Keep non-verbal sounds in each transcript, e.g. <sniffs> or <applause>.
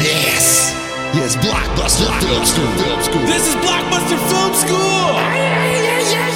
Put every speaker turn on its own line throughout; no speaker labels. Yes. Yes, Blockbuster Film School. Film School.
This is Blockbuster Film School.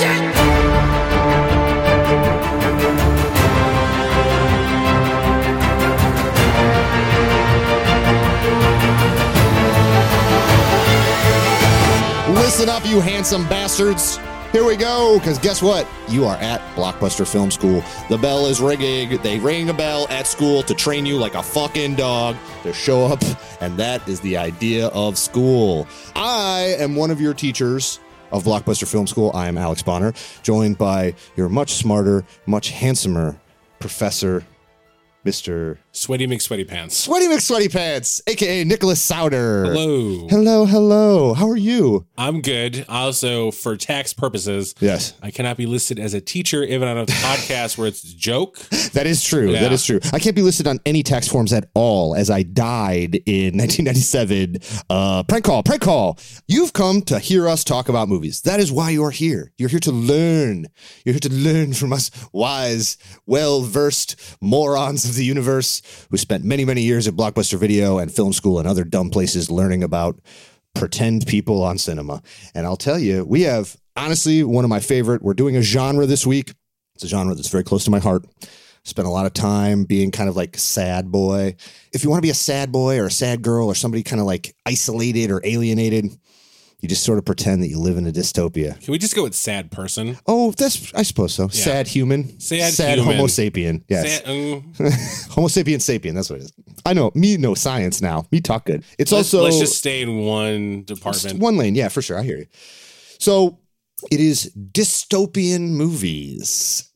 Listen up, you handsome bastards. Here we go, because guess what? You are at Blockbuster Film School. The bell is ringing. They ring a bell at school to train you like a fucking dog to show up, and that is the idea of school. I am one of your teachers of Blockbuster Film School. I am Alex Bonner, joined by your much smarter, much handsomer professor, Mr.
Sweaty McSweaty Pants.
Sweaty McSweaty Pants, aka Nicholas Souter.
Hello.
Hello, hello. How are you?
I'm good. Also, for tax purposes,
Yes.
I cannot be listed as a teacher even on a podcast where it's a joke.
<laughs> That is true. That
Yeah.
is true. I can't be listed on any tax forms at all as I died in <laughs> 1997. Uh, prank call, prank call. You've come to hear us talk about movies. That is why you're here. You're here to learn. You're here to learn from us wise, well versed morons of the universe who spent many, many years at Blockbuster Video and film school and other dumb places learning about pretend people on cinema. And I'll tell you, we have honestly one of my favorite. We're doing a genre this week. It's a genre that's very close to my heart. Spent a lot of time being kind of like sad boy. If you want to be a sad boy or a sad girl or somebody kind of like isolated or alienated, you just sort of pretend that you live in a dystopia.
Can we just go with sad person?
Oh, that's I suppose so.
Yeah.
Sad human.
Sad
sad
human.
Homo sapien. Yes.
Sad, um,
Homo sapien sapien. That's what it is. I know. Me know science now. Me talk good. It's
let's,
also
let's just stay in one
Just
department.
One lane, yeah, for sure. I hear you. So it is dystopian movies.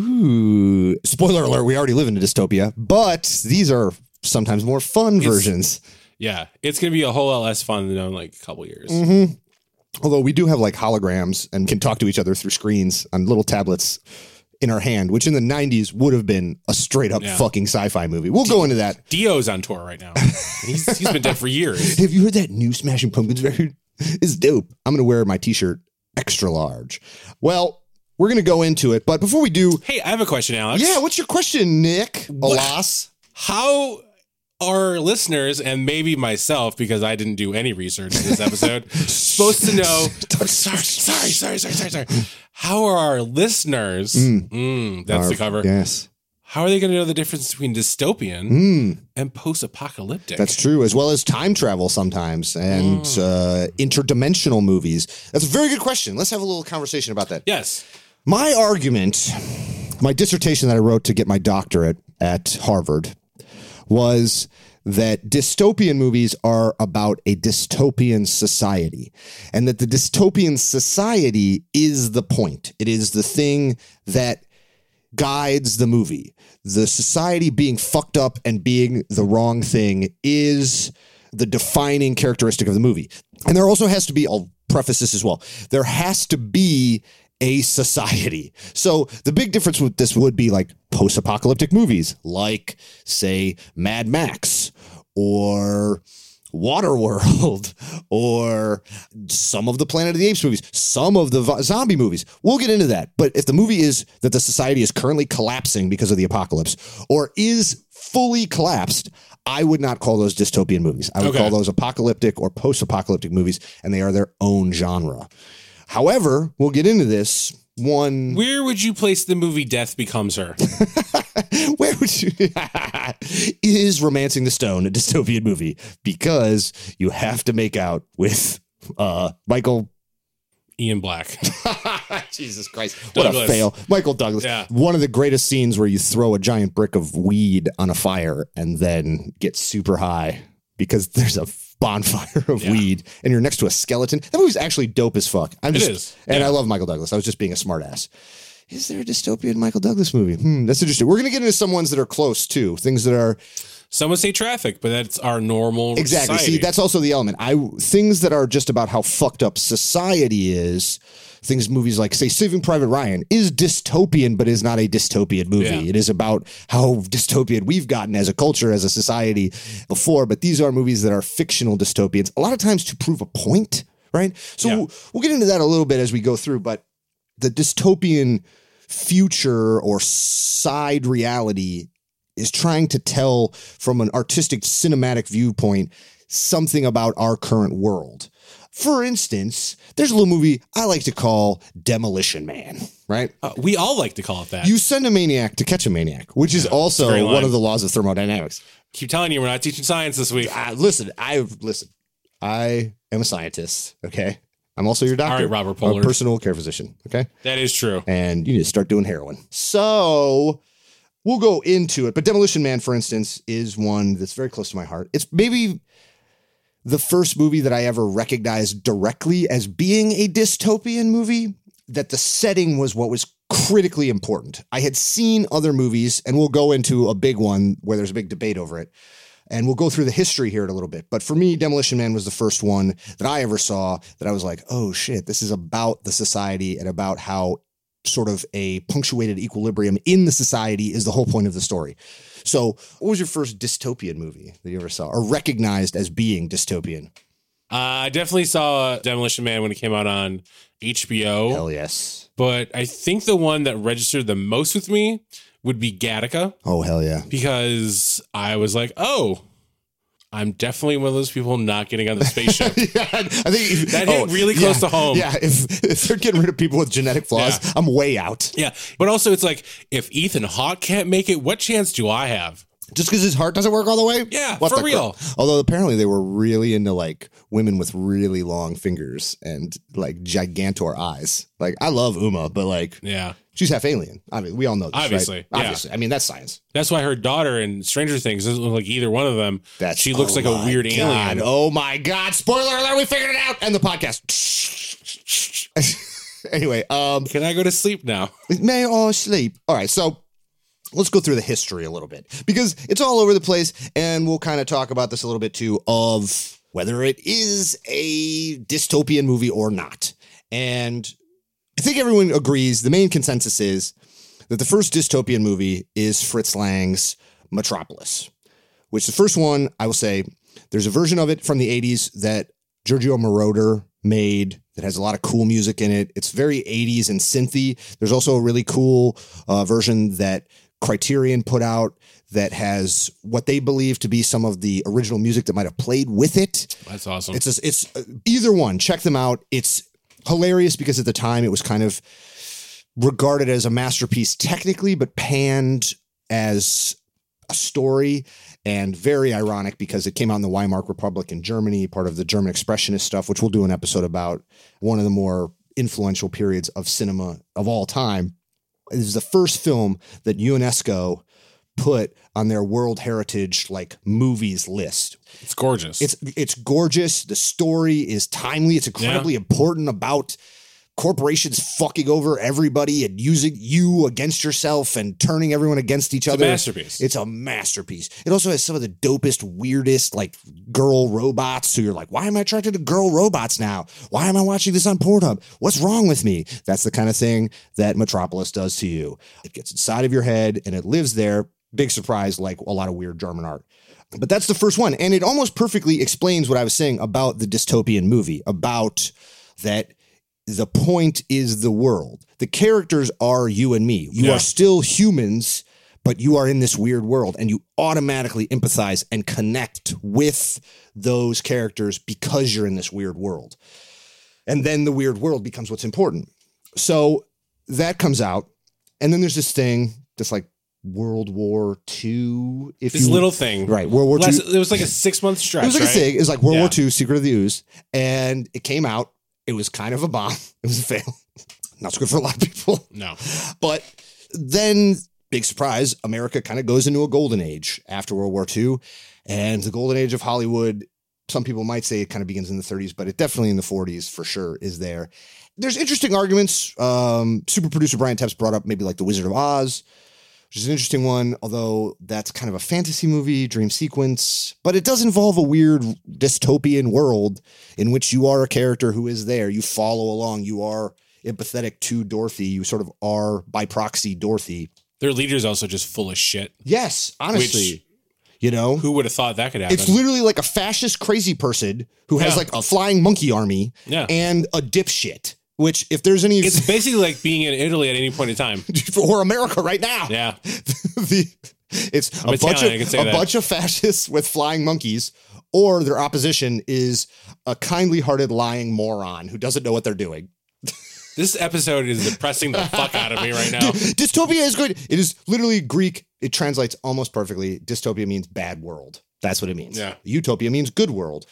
Ooh. Spoiler alert, we already live in a dystopia, but these are sometimes more fun versions.
Yeah, it's gonna be a whole lot less fun than in like a couple years.
Mm-hmm. Although we do have like holograms and can talk to each other through screens on little tablets in our hand, which in the 90s would have been a straight up
Yeah.
fucking sci fi movie. We'll go into that.
Dio's on tour right now. He's he's been dead for
<laughs>
years.
Have you heard that new Smashing Pumpkins record? It's dope. I'm going to wear my t shirt extra large. Well, we're going to go into it, but before we do,
Hey, I have a question, Alex.
Yeah, what's your question, Nick?
What?
Alas.
How are listeners and maybe myself, because I didn't do any research in
<laughs>
this episode, supposed to know? Sorry, sorry, sorry, sorry, sorry, sorry. How are our listeners?
Mm.
Mm, that's the
Arf,
cover.
Yes.
How are they going to know the difference between dystopian
Mm,
and post-apocalyptic?
that's true, as well as time travel sometimes and uh, interdimensional movies. That's a very good question. Let's have a little conversation about that.
yes.
My argument, my dissertation that I wrote to get my doctorate at Harvard was that dystopian movies are about a dystopian society and that the dystopian society is the point. It is the thing that guides the movie. The society being fucked up and being the wrong thing is the defining characteristic of the movie. And there also has to be, I'll preface this as well, there has to be a society. So the big difference with this would be like post apocalyptic movies, like, say, Mad Max or. Waterworld <laughs> or some of the Planet of the Apes movies, some of the vo- zombie movies. We'll get into that. But if the movie is that the society is currently collapsing because of the apocalypse or is fully collapsed, I would not call those dystopian movies. I would
Okay.
call those apocalyptic or post apocalyptic movies, and they are their own genre. However, we'll get into this one.
Where would you place the movie Death
<laughs>
Becomes Her?
Where would you <laughs> is Romancing the Stone a dystopian movie? Because you have to make out with uh Michael
Ian Black.
<laughs> Jesus Christ. What a
Douglas.
fail. Michael Douglas.
Yeah.
One of the greatest scenes where you throw a giant brick of weed on a fire and then get super high because there's a bonfire of
Yeah.
weed and you're next to a skeleton. That movie's actually dope as fuck. I'm
It
just
is.
and
Yeah.
I love Michael Douglas. I was just being a smartass. Is there a dystopian Michael Douglas movie? Hmm, that's interesting. We're gonna get into some ones that are close too, things that are
Some would say traffic, but that's our normal
exactly.
society.
See, that's also the element. I things that are just about how fucked up society is. Things movies like say Saving Private Ryan is dystopian, but is not a dystopian movie.
Yeah.
It is about how dystopian we've gotten as a culture, as a society before. But these are movies that are fictional dystopians, a lot of times to prove a point, right? So
Yeah.
we'll get into that a little bit as we go through. But the dystopian future or side reality is trying to tell from an artistic cinematic viewpoint something about our current world. For instance, there's a little movie I like to call Demolition Man, right?
Uh, we all like to call it that.
You send a maniac to catch a maniac, which is
it's a
also
great
one
line.
of the laws of thermodynamics.
Keep telling you we're not teaching science this week.
I, listen, I listen. I am a scientist. Okay, I'm also your doctor.
All right, Robert
I'm a
Pollard.
personal care physician. Okay,
That is true.
and you need to start doing heroin. So we'll go into it. But Demolition Man, for instance, is one that's very close to my heart. It's maybe the first movie that I ever recognized directly as being a dystopian movie, that the setting was what was critically important. I had seen other movies, and we'll go into a big one where there's a big debate over it. And we'll go through the history here in a little bit. But for me, Demolition Man was the first one that I ever saw that I was like, oh shit, this is about the society and about how sort of a punctuated equilibrium in the society is the whole point of the story. So, what was your first dystopian movie that you ever saw or recognized as being dystopian?
Uh, I definitely saw Demolition Man when it came out on HBO,
Hell yes.
but I think the one that registered the most with me would be Gattaca
Oh, hell yeah. <laughs>
because I was like, oh, I'm definitely one of those people not getting on
<laughs>
the spaceship.
yeah, I think if- oh,
That hit really close
yeah.
to home.
Yeah, if, if they're getting rid of people with genetic flaws,
Yeah.
I'm way out.
yeah, but also it's like if Ethan Hawke can't make it, what chance do I have?
Just because his heart doesn't work all the way?
Yeah,
What
for
the
real.
crap? Although apparently they were really into like women with really long fingers and like gigantor eyes. Like I love Uma, but like
Yeah,
She's half alien. I mean, we all know this. right?
Obviously, yeah.
Obviously. I mean, that's science.
that's why her daughter in Stranger Things doesn't look like either one of them.
That's
she looks
oh
like a
my
weird
God.
alien.
Oh my God. Spoiler alert. We figured it out. And the podcast. <laughs> anyway, um,
Can I go to
<laughs>
sleep now?
it may all sleep. All right. So let's go through the history a little bit because it's all over the place. And we'll kind of talk about this a little bit too of whether it is a dystopian movie or not. And I think everyone agrees the main consensus is that the first dystopian movie is Fritz Lang's Metropolis, which the first one, I will say, there's a version of it from the 80s that Giorgio Moroder made that has a lot of cool music in it. It's very 80s and synthy. There's also a really cool uh, version that Criterion put out that has what they believe to be some of the original music that might have played with it.
That's awesome.
It's just, it's uh, either one. Check them out. It's hilarious because at the time it was kind of regarded as a masterpiece technically, but panned as a story and very ironic because it came out in the Weimar Republic in Germany, part of the German expressionist stuff, which we'll do an episode about. One of the more influential periods of cinema of all time. This is the first film that UNESCO put on their World Heritage like movies list,
It's gorgeous.
it's it's gorgeous. The story is timely. It's incredibly important about corporations fucking over everybody and using you against yourself and turning everyone against each
It's a
other.
masterpiece.
It's a masterpiece. It also has some of the dopest, weirdest, like girl robots who you're like, why am I attracted to girl robots now? Why am I watching this on Pornhub? What's wrong with me? That's the kind of thing that Metropolis does to you. It gets inside of your head and it lives there. Big surprise, like a lot of weird German art. But that's the first one. And it almost perfectly explains what I was saying about the dystopian movie, about that the point is the world. The characters are you and me. You
Yeah.
are still humans, but you are in this weird world and you automatically empathize and connect with those characters because you're in this weird world. And then the weird world becomes what's important. So that comes out. And then there's this thing that's like World War II. If
this
you
little thing.
right World War
Less,
II.
it was like a six month
It
stretch.
was like
right?
a thing. It was like World
Yeah.
War II, Secret of the Ooze, and it came out. It was kind of a bomb. <laughs> It was a fail. Not so good for a lot of people. <laughs>
No.
But then, big surprise, America kind of goes into a golden age after World War II. And the golden age of Hollywood, some people might say it kind of begins in the 30s, but it definitely in the 40s for sure is there. There's interesting arguments. Um, super producer Brian Tepps brought up maybe like The Wizard of Oz, which is an interesting one, although that's kind of a fantasy movie, dream sequence, but it does involve a weird dystopian world in which you are a character who is there. You follow along, you are empathetic to Dorothy. You sort of are by proxy Dorothy.
Their leader's also just full of shit.
Yes, honestly, you know,
Who would have thought that could happen?
it's literally like a fascist crazy person who has
Yeah.
like a flying monkey army
Yeah.
and a dipshit. Which, if there's any, <laughs>
it's basically like being in Italy at any point in time.
or America right now,
Yeah.
<laughs> the It's a
I'm
bunch
Italian, I can
of
say
a
that.
bunch of fascists with flying monkeys, or their opposition is a kindly-hearted lying moron who doesn't know what they're doing.
This episode is depressing the fuck out of me right now.
Dude, <laughs> dystopia is good. It is literally Greek. It translates almost perfectly. Dystopia means bad world. That's what it means.
Yeah.
Utopia means good world.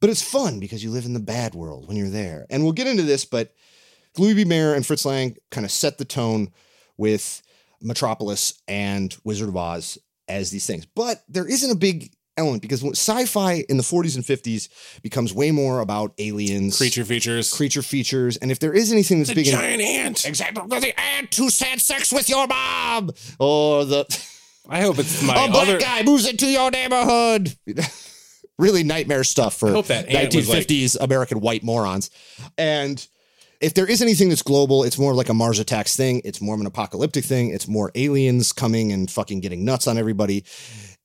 But it's fun because you live in the bad world when you're there. And we'll get into this, but Louis B. Mayer and Fritz Lang kind of set the tone with Metropolis and Wizard of Oz as these things. But there isn't a big element because when- sci-fi in the 40s and 50s becomes way more about aliens,
Creature features.
creature features, and if there is anything that's
it's a
big in
giant ant.
Exactly. The ant who had sex with your mom, or the
I hope it's my
a Oh, black
other.
guy moves into your neighborhood. <laughs> really nightmare stuff for
I hope that ant was like-
1950s American white morons. And if there is anything that's global, it's more like a Mars attacks thing. It's more of an apocalyptic thing. It's more aliens coming and fucking getting nuts on everybody.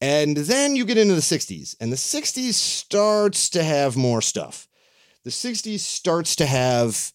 And then you get into the 60s, and the 60s starts to have more stuff. The 60s starts to have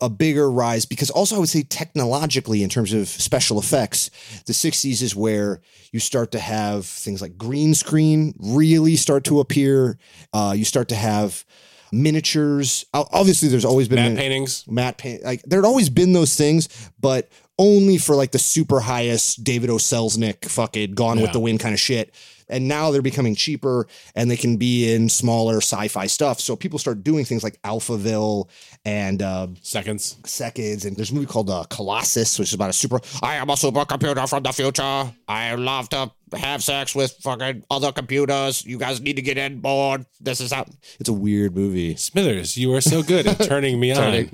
a bigger rise because also I would say technologically in terms of special effects, the 60s is where you start to have things like green screen really start to appear. Uh, you start to have miniatures. O- Obviously, there's always been
Matte paintings.
matte paint. Like there had always been those things, but only for like the super highest David O. Selznick fucking Gone with
Yeah.
the Wind kind of shit. And now they're becoming cheaper and they can be in smaller sci-fi stuff. So people start doing things like Alphaville and uh,
Seconds.
seconds. And there's a movie called uh, Colossus, which is about a super. I am a supercomputer from the future. I love to have sex with fucking other computers. You guys need to get in board. This is how. It's a weird movie. <laughs>
Smithers, you are so good at turning me on.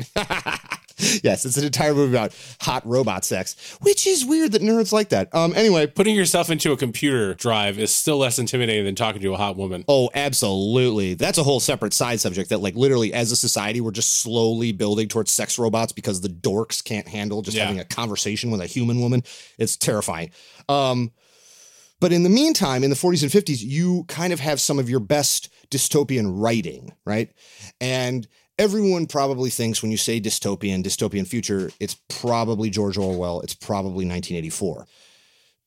yes, it's an entire movie about hot robot sex, which is weird that nerds like that. Um. Anyway.
Putting yourself into a computer drive is still less intimidating than talking to a hot woman.
Oh, absolutely. That's a whole separate side subject that, like, literally, as a society, we're just slowly building towards sex robots because the dorks can't handle just
Yeah.
having a conversation with a human woman. It's terrifying. Um, But in the meantime, in the 40s and 50s, you kind of have some of your best dystopian writing, right? And everyone probably thinks when you say dystopian, dystopian future, it's probably George Orwell, it's probably 1984.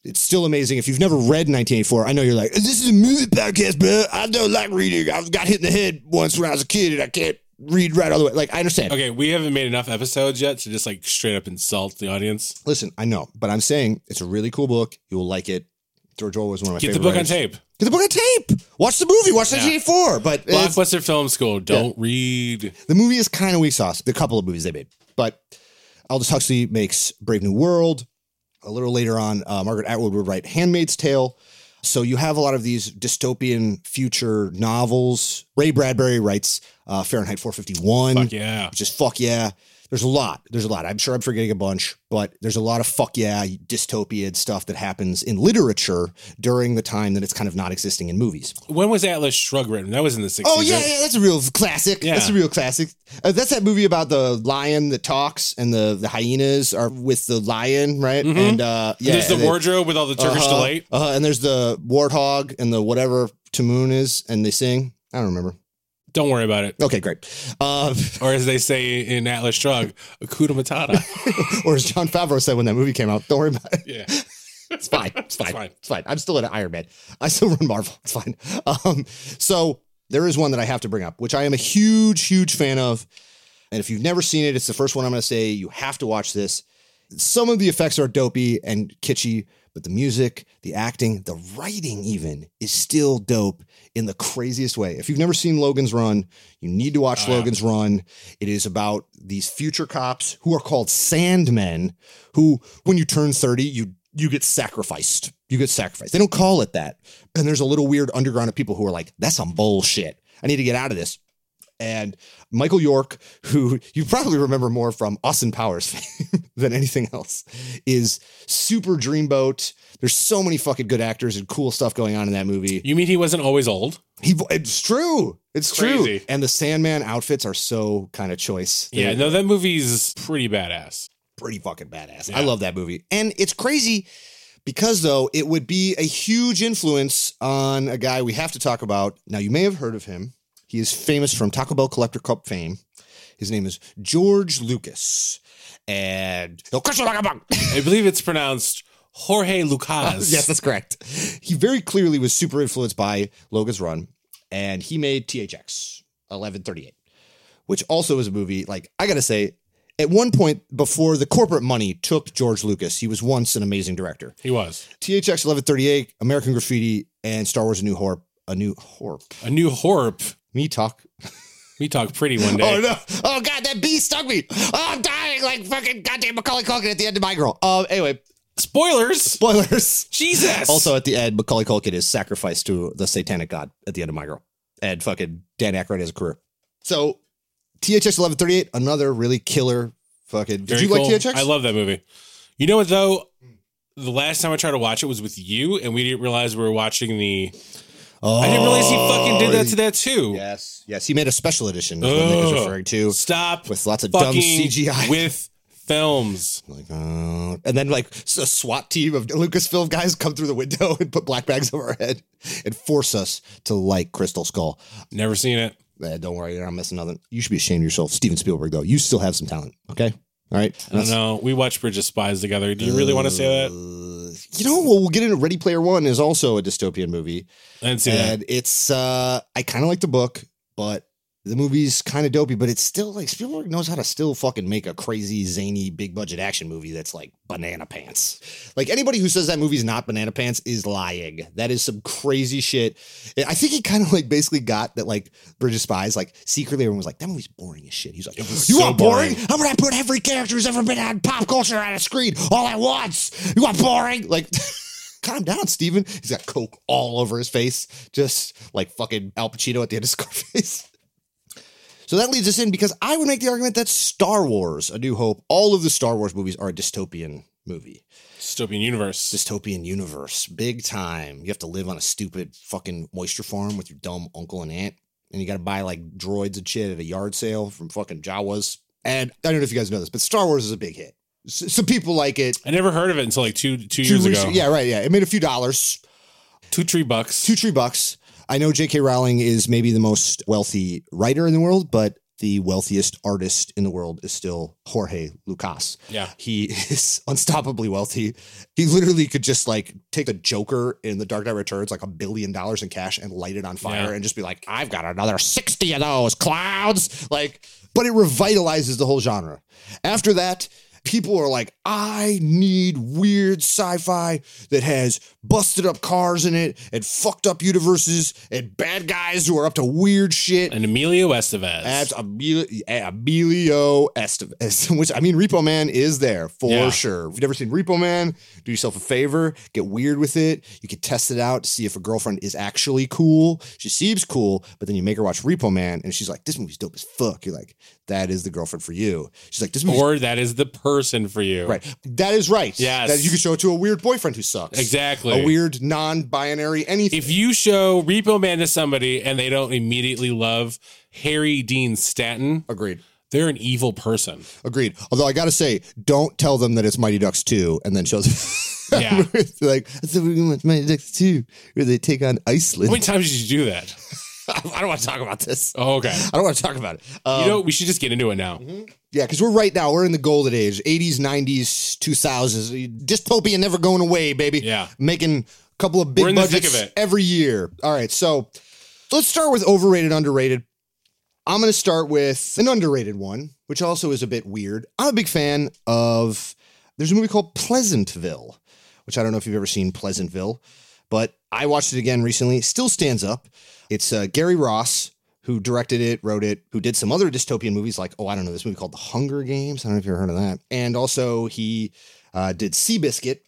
It's still amazing. If you've never read 1984, I know you're like, this is a movie podcast, bro. I don't like reading. I got hit in the head once when I was a kid and I can't read right all the way. Like, I understand.
Okay, we haven't made enough episodes yet to just like straight up insult the audience.
Listen, I know, but I'm saying it's a really cool book. You will like it. George Orwell is one of my
Get the
favorite
book on
writers.
tape.
Get the book on tape. Watch the movie. Watch
Yeah.
1984. But it's-
Blockbuster Film School. Don't read.
The movie is kind of weak sauce. The couple of movies they made, but Aldous Huxley makes Brave New World. A little later on, uh, Margaret Atwood would write Handmaid's Tale. So you have a lot of these dystopian future novels. Ray Bradbury writes uh, Fahrenheit 451,
Fuck yeah.
which is fuck yeah. There's a lot. There's a lot. I'm sure I'm forgetting a bunch, but there's a lot of fuck yeah dystopian stuff that happens in literature during the time that it's kind of not existing in movies.
When was Atlas Shrugged written? That was in the 60s.
Oh yeah,
right?
yeah, that's a real classic.
Yeah.
That's a real classic. Uh, that's that movie about the lion that talks and the, the hyenas are with the lion, right? And uh, yeah,
Mm-hmm. There's the
and they-
wardrobe with all the Turkish
uh-huh,
delight.
uh-huh, and there's the warthog and the whatever Tamoon is, and they sing. I don't remember.
Don't worry about it.
Okay, great. Uh, <laughs>
Or as they say in Atlas Shrugged,
<laughs>
Akuta Matata.
or as John Favreau said when that movie came out, don't worry about it.
yeah.
It's fine. It's fine. It's fine.
fine.
I'm still an Iron Man. I still <laughs> run Marvel. It's fine. Um, so there is one that I have to bring up, which I am a huge, huge fan of. And if you've never seen it, it's the first one I'm going to say you have to watch this. Some of the effects are dopey and kitschy, but the music, the acting, the writing, even is still dope in the craziest way. If you've never seen Logan's Run, you need to watch
Oh, yeah.
Logan's Run. It is about these future cops who are called Sandmen, who, when you turn 30, you you get sacrificed. You get sacrificed. They don't call it that. And there's a little weird underground of people who are like, that's some bullshit. I need to get out of this and Michael York, <laughs> who you probably remember more from Austin Powers <laughs> fame than anything else, is super dreamboat. There's so many fucking good actors and cool stuff going on in that movie.
You mean he wasn't always old?
He, it's true. It's
Crazy.
true. And the Sandman outfits are so kind of choice. They're
Yeah, no, that movie's pretty badass.
pretty fucking badass.
Yeah.
I love that movie. And it's crazy because though it would be a huge influence on a guy we have to talk about. Now you may have heard of him. He is famous from Taco Bell Collector Cup fame. His name is George Lucas. And <laughs>
I believe it's pronounced Jorge Lucas.
yes, that's correct. He very clearly was super influenced by Logan's Run, and he made THX 1138, which also is a movie. Like, I gotta say, at one point before the corporate money took George Lucas, he was once an amazing director.
He was.
THX 1138, American Graffiti, and Star Wars A New Horp. A New Horp.
A new horp.
Me talk.
We talk pretty one
<laughs> Oh
day.
no! Oh god, that bee stung me! Oh, I'm dying like fucking goddamn Macaulay Culkin at the end of My Girl. Um, anyway,
Spoilers.
spoilers.
Jesus.
Also, at the end, Macaulay Culkin is sacrificed to the satanic god at the end of My Girl, and fucking Dan Aykroyd has a career. So, THX eleven thirty eight, another really killer fucking. Did
Very
you
cool.
like THX?
I love that movie. You know what though? The last time I tried to watch it was with you, and we didn't realize we were watching the.
oh,
I didn't realize he fucking did that to that too.
Yes, yes, he made a special edition. Is what Nick is
Ugh.
referring to
Stop
with lots of dumb
fucking
CGI.
<laughs> with films.
<laughs> like, uh, and then like s- a SWAT team of Lucasfilm guys come through the window <laughs> and put black bags over our head and force us to like Crystal Skull.
Never seen it.
Eh, don't worry, you're not missing nothing. You should be ashamed of yourself, Steven Spielberg. Though you still have some talent. Okay, all right.
I don't know. We watched Bridge of Spies together. Do you really want to say that?
Uh, You know, well, we'll get into Ready Player One is also a dystopian movie,
I didn't see that.
and it's uh, I kind of like the book, but the movie's kind of dopey. But it's still like Spielberg knows how to still fucking make a crazy, zany, big budget action movie that's like banana pants. Like anybody who says that movie's not banana pants is lying. That is some crazy shit. I think he kind of like basically got that like Bridge of Spies. Like secretly, everyone was like, "That movie's boring as shit." He's like,
was
"You
so
want boring? I'm gonna put every character who's ever been on pop culture on a screen all at once. You want boring? Like." <laughs> Calm down, Steven. He's got coke all over his face, just like fucking Al Pacino at the end of <laughs> Scarface. So that leads us in because I would make the argument that Star Wars, A New Hope, all of the Star Wars movies are a dystopian movie
Dystopian universe.
dystopian universe, big time. You have to live on a stupid fucking oyster farm with your dumb uncle and aunt, and you got to buy like droids and shit at a yard sale from fucking Jawas. And I don't know if you guys know this, but Star Wars is a big hit. S- some people like it.
I never heard of it until like two two
Two
years
weeks-
ago.
yeah, right. Yeah, it made a few dollars,
Two tree bucks.
two three bucks. I know J.K. Rowling is maybe the most wealthy writer in the world, but the wealthiest artist in the world is still Jorge Lucas.
yeah.
He <laughs> is unstoppably wealthy. He literally could just like take the Joker in the Dark Knight Returns, like a billion dollars in cash, and light it on fire
Yeah.
and just be like, I've got another 60 of those clouds. Like, but it revitalizes the whole genre. After that, people are like, I need weird sci fi that has busted up cars in it and fucked up universes and bad guys who are up to weird shit.
And Emilio Estevez.
Abs Emilio, Emilio Estevez, <laughs> which I mean, Repo Man is there for
Yeah.
sure. If you've never seen Repo Man, do yourself a favor, get weird with it. You can test it out, see if a girlfriend is actually cool. She seems cool, but then you make her watch Repo Man, and she's like, "This movie's dope as fuck." You're like, "That is the girlfriend for you." She's like, "This movie's
or that is the person for you.
<laughs> right." That is right.
Yes.
that you can show it to a weird boyfriend who sucks.
Exactly.
A weird non-binary anything.
if you show Repo Man to somebody and they don't immediately love Harry Dean Stanton,
Agreed.
they're an evil person.
Agreed. Although I gotta say, don't tell them that it's Mighty Ducks two, and then show <laughs> them.
Yeah.
It's like that's the movie with Mighty Ducks two, where they take on
How
Iceland.
many times did you do that?
<laughs> I don't want to talk about this.
Oh, okay.
<laughs> I don't want to talk about it. Um,
You know, we should just get into it now.
yeah, because we're right now we're in the golden age, eighties, nineties, two thousands, dystopia never going away, baby.
Yeah.
making a couple of big
We're in the thick
budgets
of it.
every year. All right, so let's start with overrated, underrated. I'm going to start with an underrated one, which also is a bit weird. I'm a big fan of. There's a movie called Pleasantville, which I don't know if you've ever seen Pleasantville, but I watched it again recently. It still stands up. It's uh, Gary Ross who directed it, wrote it, who did some other dystopian movies like oh I don't know this movie called The Hunger Games. I don't know if you've ever heard of that. And also he uh, did Seabiscuit.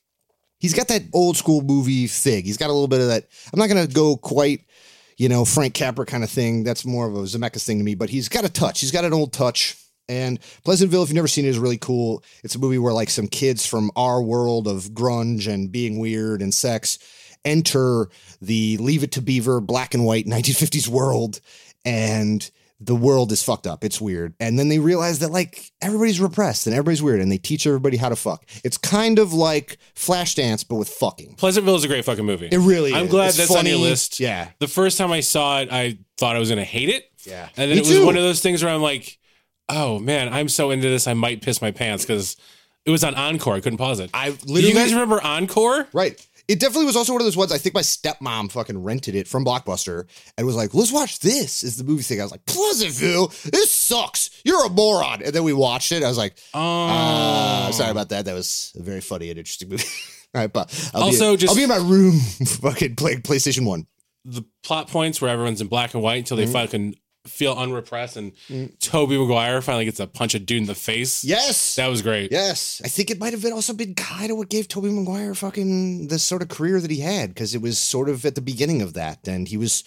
He's got that old school movie thing. He's got a little bit of that. I'm not going to go quite you know, Frank Capra kind of thing. That's more of a Zemeckis thing to me, but he's got a touch. He's got an old touch. And Pleasantville, if you've never seen it, is really cool. It's a movie where like some kids from our world of grunge and being weird and sex enter the Leave It to Beaver black and white 1950s world. And the world is fucked up. It's weird. And then they realize that like everybody's repressed and everybody's weird and they teach everybody how to fuck. It's kind of like Flashdance, but with fucking.
Pleasantville is a great fucking movie.
It really
I'm
is.
glad
It's
that's on your
funny.
list.
Yeah.
The first time I saw it, I thought I was going to hate it.
Yeah.
And then
Me
it was
too.
one of those things where I'm like, oh man, I'm so into this, I might piss my pants because it It was on Encore. I couldn't pause it.
I
Do
literally
you guys remember Encore?
right. It definitely was also one of those ones. I think my stepmom fucking rented it from Blockbuster and was like, "Let's watch this." Is the movie thing? I was like, "Pleasantville, this sucks. You're a moron." And then we watched it. I was like,
Oh,
Uh, sorry about that. That was a very funny and interesting movie. <laughs> All right, but I'll
Also,
be,
just-
I'll be in my room, <laughs> fucking playing PlayStation One.
the plot points where everyone's in black and white until
Mm-hmm.
they fucking feel unrepressed and Toby Maguire finally gets to punch a dude in the face.
Yes,
That was great.
yes. I think it might have been also been kind of what gave Toby Maguire fucking the sort of career that he had because it was sort of at the beginning of that, and he was.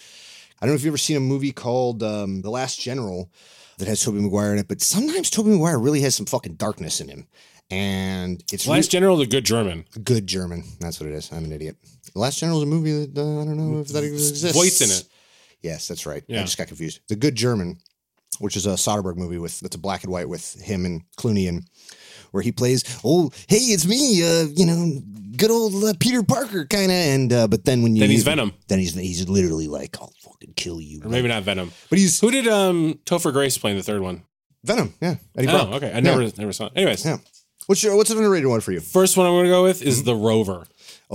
I don't know if you've ever seen a movie called um, The Last General that has Toby Maguire in it, but sometimes Toby Maguire really has some fucking darkness in him, and it's
Last General, the good German.
re- good German. That's what it is. I'm an idiot. The Last General is a movie that uh, I don't know if that exists.
Voice in it.
Yes, that's right. I
Yeah.
just got confused. The Good German, which is a Soderbergh movie with that's a black and white with him and Clooney and where he plays, oh hey, it's me, uh, you know, good old uh, Peter Parker kind of. And uh, but then when you
Then he's Venom.
Then he's he's literally like, I'll fucking kill you.
Or maybe not Venom.
But he's
Who did um Topher Grace play in the third one?
Venom. Yeah, Eddie Brock.
Oh, okay. I never never saw it. Anyways,
Yeah. Mm-hmm. What's your, what's an underrated one for you?
first one I'm gonna go with is The Rover,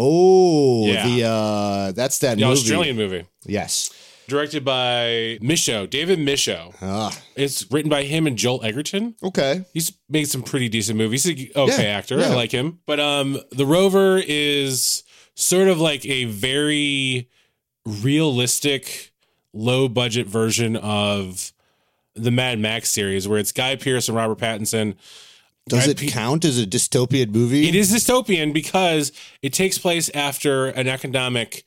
Oh,
Yeah.
the uh, that's that
the
movie.
Australian movie.
Yes.
Directed by Michaud, David Michaud.
Ah,
It's written by him and Joel Egerton.
okay.
He's made some pretty decent movies. He's a okay
Yeah,
actor.
yeah.
I like him. But um The Rover is sort of like a very realistic, low budget version of the Mad Max series where it's Guy Pearce and Robert Pattinson.
Does
Guy
it
Pe-
count as a dystopian movie?
It is dystopian because it takes place after an economic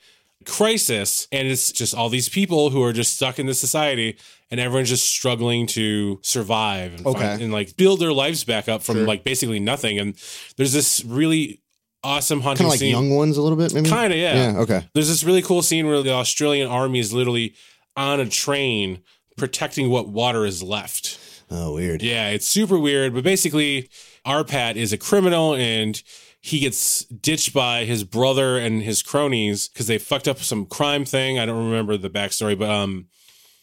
crisis, and it's just all these people who are just stuck in this society, and everyone's just struggling to survive and,
Okay.
find- and like build their lives back up from
Sure.
like basically nothing. And there's this really awesome hunting
kind of like
scene.
young ones a little bit, maybe.
Kind of, yeah.
Yeah. Okay.
There's this really cool scene where the Australian army is literally on a train protecting what water is left.
Oh, weird.
Yeah, it's super weird, but basically, our Pat is a criminal and he gets ditched by his brother and his cronies because they fucked up some crime thing. I don't remember the backstory, but um,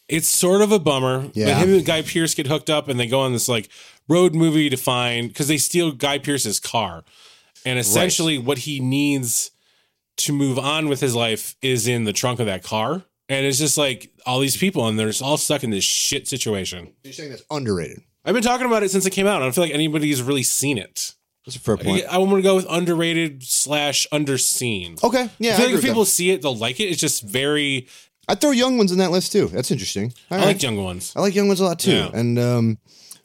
it's sort of a bummer.
Yeah.
But him and Guy Pierce get hooked up and they go on this like road movie to find because they steal Guy Pierce's car, and essentially what he needs to move on with his life is in the trunk of that car. And it's just like all these people, and they're just all stuck in this shit situation.
You're saying that's underrated.
I've been talking about it since it came out. I don't feel like anybody's really seen it.
That's a fair
I, I want to go with underrated slash underseen.
Okay. Oh, Yeah. I,
I
agree
feel like if
with
people
that.
see it, they'll like it. It's just very.
I'd throw young ones in that list too. That's interesting. All
I
right.
like young ones.
I like young ones a lot too.
Yeah.
And um,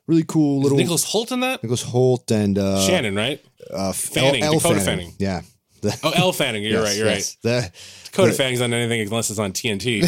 really cool little Nicholas,
Nicholas Holt in that.
Holt and uh,
Shannon, right?
uh, F-
Fanning,
L- L
Dakota
Fanning.
Fanning.
Yeah. <laughs> The-
Oh, L Fanning. You're
yes,
right. You're
yes. <laughs>
right. Dakota Fanning's on anything unless it's on TNT.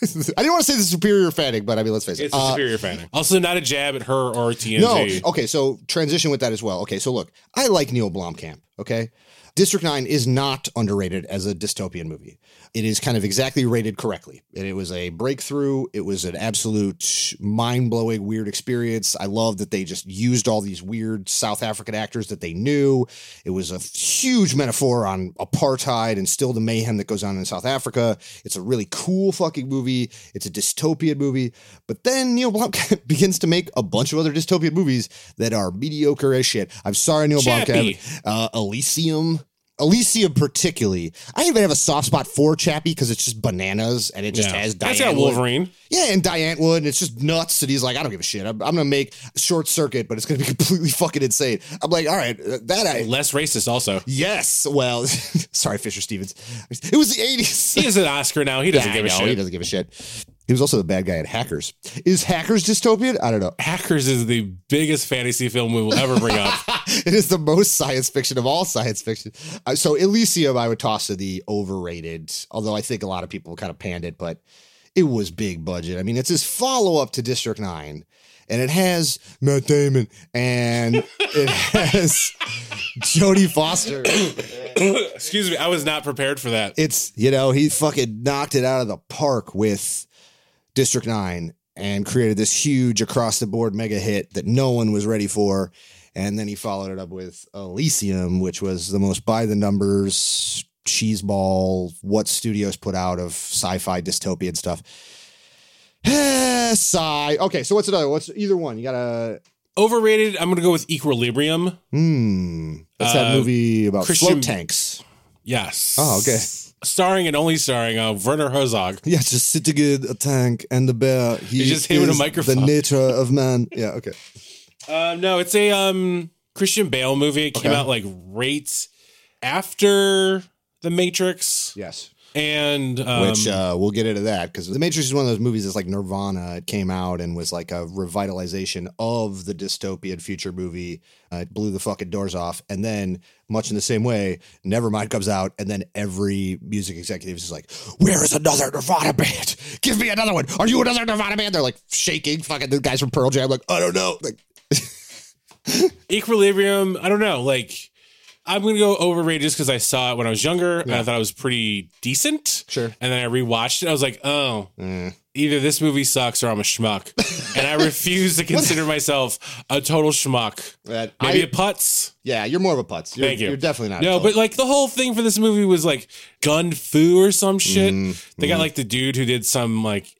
The, I didn't want to say the superior Fanning, but I mean, let's face it.
It's a
Uh,
superior Fanning. Also, not a jab at her or TNT.
No. oh, Okay. So transition with that as well. Okay. So look, I like Neil Blomkamp. Okay. District 9 is not underrated as a dystopian movie. It is kind of exactly rated correctly. And it was a breakthrough. It was an absolute mind blowing, weird experience. I love that they just used all these weird South African actors that they knew. It was a huge metaphor on apartheid and still the mayhem that goes on in South Africa. It's a really cool fucking movie. It's a dystopian movie. But then Neil Blomkamp <laughs> begins to make a bunch of other dystopian movies that are mediocre as shit. I'm sorry, Neil
Chappie.
Blomkamp. Uh, Elysium. Elysium, particularly. I even have a soft spot for Chappie because it's just bananas and it just
Yeah.
has Diane.
That's got
Wood.
Wolverine.
Yeah, and Diane Wood, and it's just nuts. And he's like, I don't give a shit. I'm, I'm gonna make Short Circuit, but it's gonna be <laughs> completely fucking insane. I'm like, all right, uh, that I
Less racist. Also,
yes. Well, <laughs> sorry, Fisher Stevens. It was the 80s.
he is an Oscar now. He doesn't
Yeah, I
give a
know, <laughs>
shit.
He doesn't give a shit. He was also the bad guy at Hackers. Is Hackers dystopian? I don't know.
Hackers is the biggest fantasy film we will ever bring up.
<laughs> it is the most science fiction of all science fiction. Uh, so Elysium, I would toss to the overrated, although I think a lot of people kind of panned it, but it was big budget. I mean, it's his follow up to District Nine, and it has Matt Damon and it <laughs> has Jodie Foster.
Excuse me. I was not prepared for that.
It's you know he fucking knocked it out of the park with District Nine and created this huge across the board mega hit that no one was ready for. And then he followed it up with Elysium, which was the most by the numbers cheeseball what studios put out of sci-fi dystopian <sighs> stuff. Sigh. Okay, so what's another? What's either one? You got a
Overrated. I'm gonna go with Equilibrium.
Hmm. That's that
Uh,
movie about
Christian-
float tanks.
Yes.
Oh, okay.
Starring and only starring uh, Werner Herzog.
Yeah, it's just sitting in a tank and the bear. He
You just hit him with a
is
microphone.
The nature of man. Yeah, okay.
Uh, no, it's a um, Christian Bale movie. It came
Okay.
out like right after The Matrix,
Yes.
and um,
Which uh, we'll get into that because The Matrix is one of those movies that's like Nirvana. It came out and was like a revitalization of the dystopian future movie. Uh, it blew the fucking doors off. And then, much in the same way, Nevermind comes out. And then every music executive is like, Where is another Nirvana band? Give me another one. Are you another Nirvana band? They're like shaking. Fucking the guys from Pearl Jam, like, I don't know. Like,
Equilibrium. I don't know. Like, I'm gonna go overrated just because I saw it when I was younger and I
Yeah.
thought it was pretty decent.
Sure. Mm.
And then I rewatched it. I was like, oh, either this movie sucks or I'm
<laughs>
a schmuck, and I refuse to consider myself a total schmuck.
That
Maybe
I-
it puts.
yeah, you're more of a putz. You're,
Thank you.
You're definitely not. a
No,
putz.
but like the whole thing for this movie was like gun foo or some shit.
Mm-hmm.
they got like the dude who did some like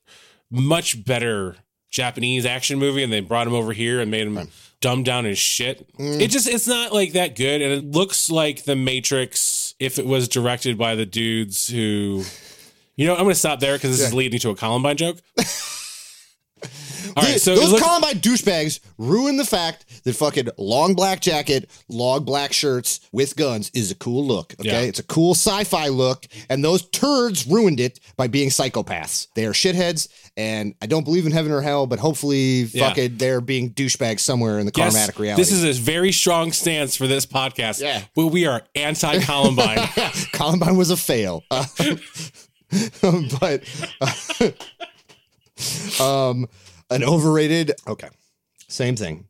much better Japanese action movie and they brought him over here and made him dumb down his shit.
Mm.
It just it's not like that good and it looks like The Matrix if it was directed by the dudes who you know, I'm going to stop there because this is
Yeah.
leading to a
<laughs>
Columbine joke. All right,
Th-
so it
those
looks-
Columbine douchebags ruin the fact that fucking long black jacket, long black shirts with guns is a cool look. Okay,
Yeah.
it's a cool sci-fi look, and those turds ruined it by being psychopaths. They are shitheads, and I don't believe in heaven or hell, but hopefully,
Yeah.
fucking, they're being douchebags somewhere in the
Yes,
karmatic reality.
This is a very strong stance for this podcast.
Yeah.
But we are anti
<laughs>
Columbine.
Columbine was a fail. <laughs> Uh, but uh, <laughs> um, an overrated. Okay, same thing.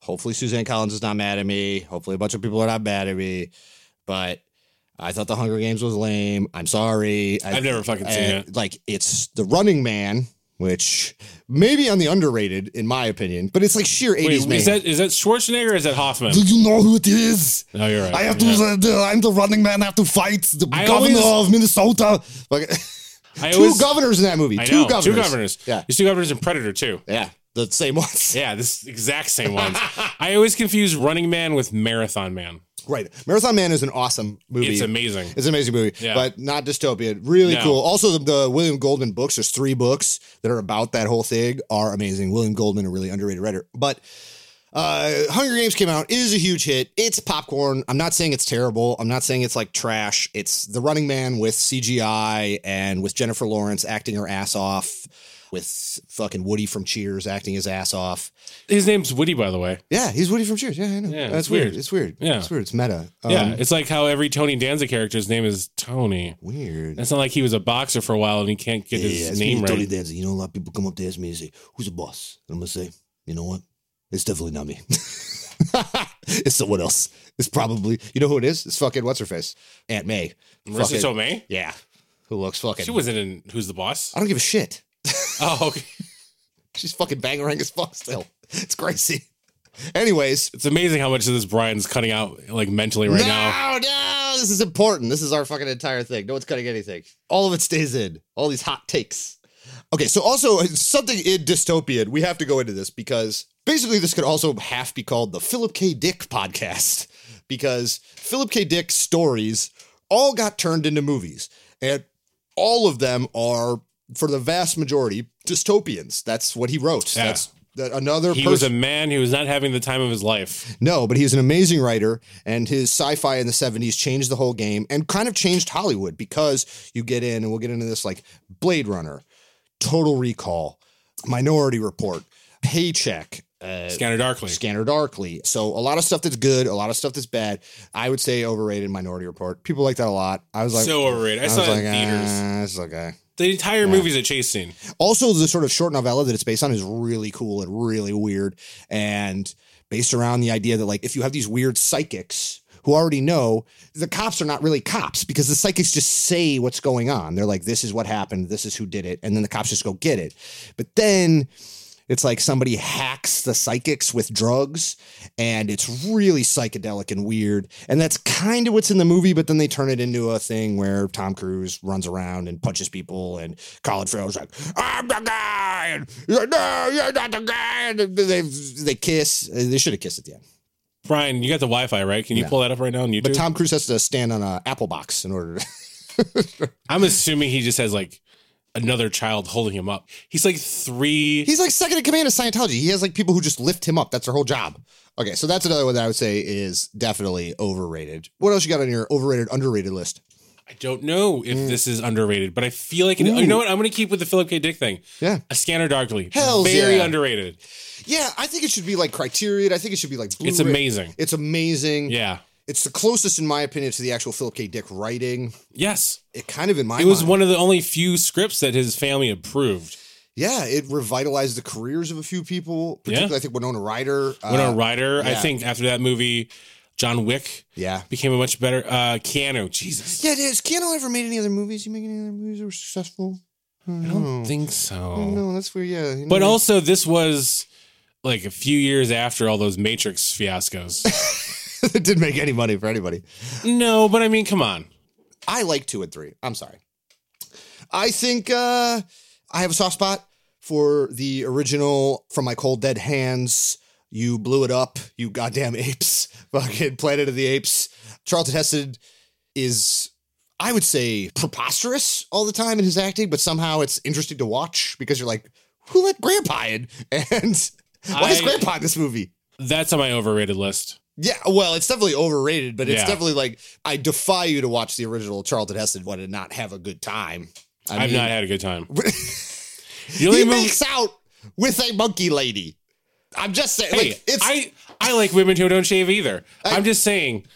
Hopefully, Suzanne Collins is not mad at me. Hopefully, a bunch of people are not mad at me. But I thought the Hunger Games was lame. I'm sorry. I,
I've never fucking seen
uh,
it.
Like it's the Running Man, which maybe on the underrated in my opinion, but it's like sheer 80s
Wait,
man.
is that is that Schwarzenegger or is that Hoffman?
Do you know who it is?
No, you're right.
I have to.
Yeah.
uh, I'm the running man. I have to fight the
I
governor
always-
of Minnesota. Like, <laughs>
I
two
always-
governors in that movie.
I
two
know,
governors.
Two governors.
Yeah.
There's two governors in Predator too.
Yeah. The same ones. <laughs>
Yeah, this exact same ones. I always confuse Running Man with Marathon Man.
Right. Marathon Man is an awesome movie.
It's amazing.
It's an amazing movie,
Yeah.
but not dystopian. Really
No.
cool. Also, the, the William Goldman books. There's three books that are about that whole thing. Are amazing. William Goldman, a really underrated writer. But uh, Hunger Games came out. It is a huge hit. It's popcorn. I'm not saying it's terrible. I'm not saying it's like trash. It's The Running Man with CGI and with Jennifer Lawrence acting her ass off. With fucking Woody from Cheers acting his ass off.
His name's Woody, by the way.
Yeah, he's Woody from Cheers. Yeah, I know.
Yeah,
That's
it's
weird.
weird.
It's weird.
Yeah.
It's weird. It's meta. Um,
yeah, it's like how every Tony Danza character's name is Tony.
Weird.
It's not like he was a boxer for a while and he can't get
yeah,
his
it's
name
me, Tony
right.
Danza. You know, a lot of people come up to ask me and say, "Who's the boss?" And I'm gonna say, "You know what? It's definitely not me. <laughs> it's someone else. It's probably you know who it is. It's fucking what's her face, Aunt May.
Marissa
Fucking-
Tomei.
yeah, who looks fucking.
She wasn't in Who's the
<laughs>
Boss.
I don't give a shit.
Oh, okay.
She's fucking bangerang as fuck still. It's crazy. <laughs> Anyways,
It's amazing how much of this Brian's cutting out like mentally right
no,
now.
no, this is important. This is our fucking entire thing. No one's cutting anything. All of it stays in. All these hot takes. Okay, so also something in dystopian. We have to go into this because basically this could also half be called the Philip K. Dick podcast <laughs> because Philip K. Dick stories all got turned into movies, and all of them are, for the vast majority, dystopians. That's what he wrote.
Yeah.
That's that another
He
person.
was a man who was not having the time of his life.
No, but he's an amazing writer, and his sci-fi in the '70s changed the whole game and kind of changed Hollywood because you get in, and we'll get into this like Blade Runner, Total Recall, Minority Report, Paycheck, uh,
Scanner Darkly.
Scanner Darkly. So a lot of stuff that's good, a lot of stuff that's bad. I would say overrated. Minority Report. People like that a lot. I was like,
so overrated. I,
was
saw it
like,
in theaters.
"Ah, it's okay.
The entire movie's a chase scene.
Also, the sort of short novella that it's based on is really cool and really weird, and based around the idea that like if you have these weird psychics who already know the cops are not really cops because the psychics just say what's going on. They're like, "This is what happened. This is who did it," and then the cops just go get it. But then It's like somebody hacks the psychics with drugs, and it's really psychedelic and weird. And that's kind of what's in the movie, but then they turn it into a thing where Tom Cruise runs around and punches people, and Colin Farrell's like, "I'm the guy," and "You're- "No, you're not the guy." And they they kiss. They should have kissed at the end.
Brian, you got the Wi Fi, right? Can you
No.
pull that up right now on YouTube?
But Tom Cruise has to stand on an apple box in order to. <laughs>
I'm assuming he just has like another child holding him up. He's like three.
He's like second in command of Scientology. He has like people who just lift him up. That's their whole job. Okay, so that's another one that I would say is definitely overrated. What else you got on your overrated, underrated list?
I don't know
Mm.
if this is underrated, but I feel like it, you know what? I'm going to keep with the Philip K. Dick thing.
Yeah.
A Scanner Darkly.
Hells
Very
yeah.
underrated.
Yeah, I think it should be like Criterion. I think it should be like Blu-ray.
It's amazing.
It's amazing.
Yeah.
It's the closest, in my opinion, to the actual Philip K. Dick writing.
Yes.
It kind of, in my
It was
mind-
one of the only few scripts that his family approved.
yeah, it revitalized the careers of a few people, particularly, I think, Winona Ryder. Uh,
Winona Ryder, I
yeah.
think after that movie, John Wick
Yeah.
became a much better uh Keanu. Jesus.
Yeah, has Keanu ever made any other movies? You make any other movies that were successful?
I don't think so.
No, that's weird. Yeah. <laughs>
But also this was like a few years after all those Matrix
<laughs>
fiascos.
it didn't make any money for anybody.
no, but I mean, come on.
I like two and three. I'm sorry. I think uh, I have a soft spot for the original from my cold dead hands. You blew it up, you goddamn apes. <laughs> Fucking Planet of the Apes. Charlton Heston is, I would say, preposterous all the time in his acting, but somehow it's interesting to watch because you're like, who let Grandpa in? <laughs> And why is
I-
Grandpa in this movie?
That's on my overrated list.
Yeah, well, it's definitely overrated, but it's
Yeah.
definitely like I defy you to watch the original Charlton Heston one and not have a good time. I
I've
mean,
not had a
<laughs>
good time. The
He
only movie,
makes out with a monkey lady. I'm just saying,
hey,
like, it's
I I like women who don't shave either. I, am just saying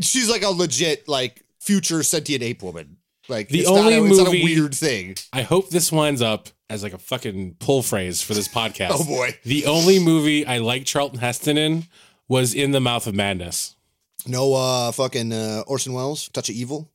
she's like a legit like future sentient ape woman. Like
The
it's
only
not a, it's not a
movie-
weird thing.
I hope this winds up as like a fucking pull phrase for
<laughs>
this podcast.
Oh boy,
The only movie I liked Charlton Heston in was In the Mouth of Madness.
no, uh, fucking uh, Orson Welles, Touch of Evil.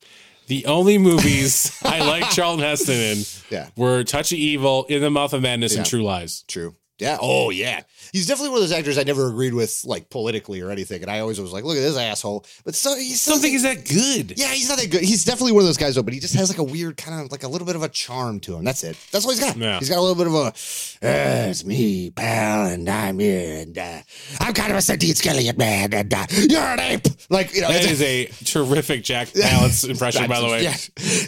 The
<laughs>
only movies I like Charlton Heston in
Yeah.
were Touch of Evil, In the Mouth of Madness, and
Yeah.
True Lies.
True. Yeah. Oh, yeah. He's definitely one of those actors I never agreed with, like politically or anything. And I always was like, look at this asshole. But so he's
I don't think he's that good.
Yeah, he's not that good. He's definitely one of those guys though, but he just has like a weird kind of like a little bit of a charm to him. That's it. That's all he's got.
Yeah.
He's got a little bit of a "Uh, it's me, pal, and I'm here, and uh, I'm kind of a sentient skeleton man, and uh, you're an ape. Like you know,
That
it's-
is a terrific
<laughs>
Jack Palance impression, by the way.
Yeah.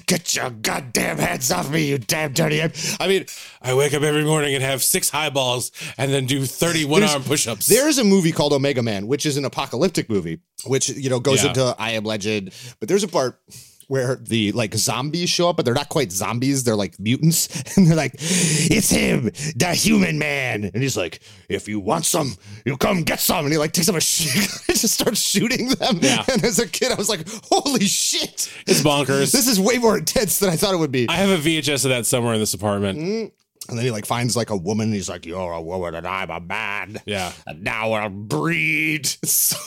Get your goddamn hands off me, you damn dirty ape.
I mean, I wake up every morning and have six highballs and then do 31 arm push ups.
There is a movie called Omega Man, which is an apocalyptic movie, which you know goes
Yeah.
into I Am Legend. But there's a part where the like zombies show up, but they're not quite zombies; they're like mutants, <laughs> and they're like, "It's him, the Human Man," and he's like, "If you want some, you come get some." And he like takes up a <laughs> shit and just starts shooting them.
Yeah.
And as a kid, I was like, "Holy shit!"
It's
<laughs>
bonkers.
This is way more intense than I thought it would be.
I have a VHS of that somewhere in this apartment.
Mm. And then he like finds like a woman. And he's like, "You're a woman, and I'm a man."
Yeah.
and now I'll breed. <laughs> It's so,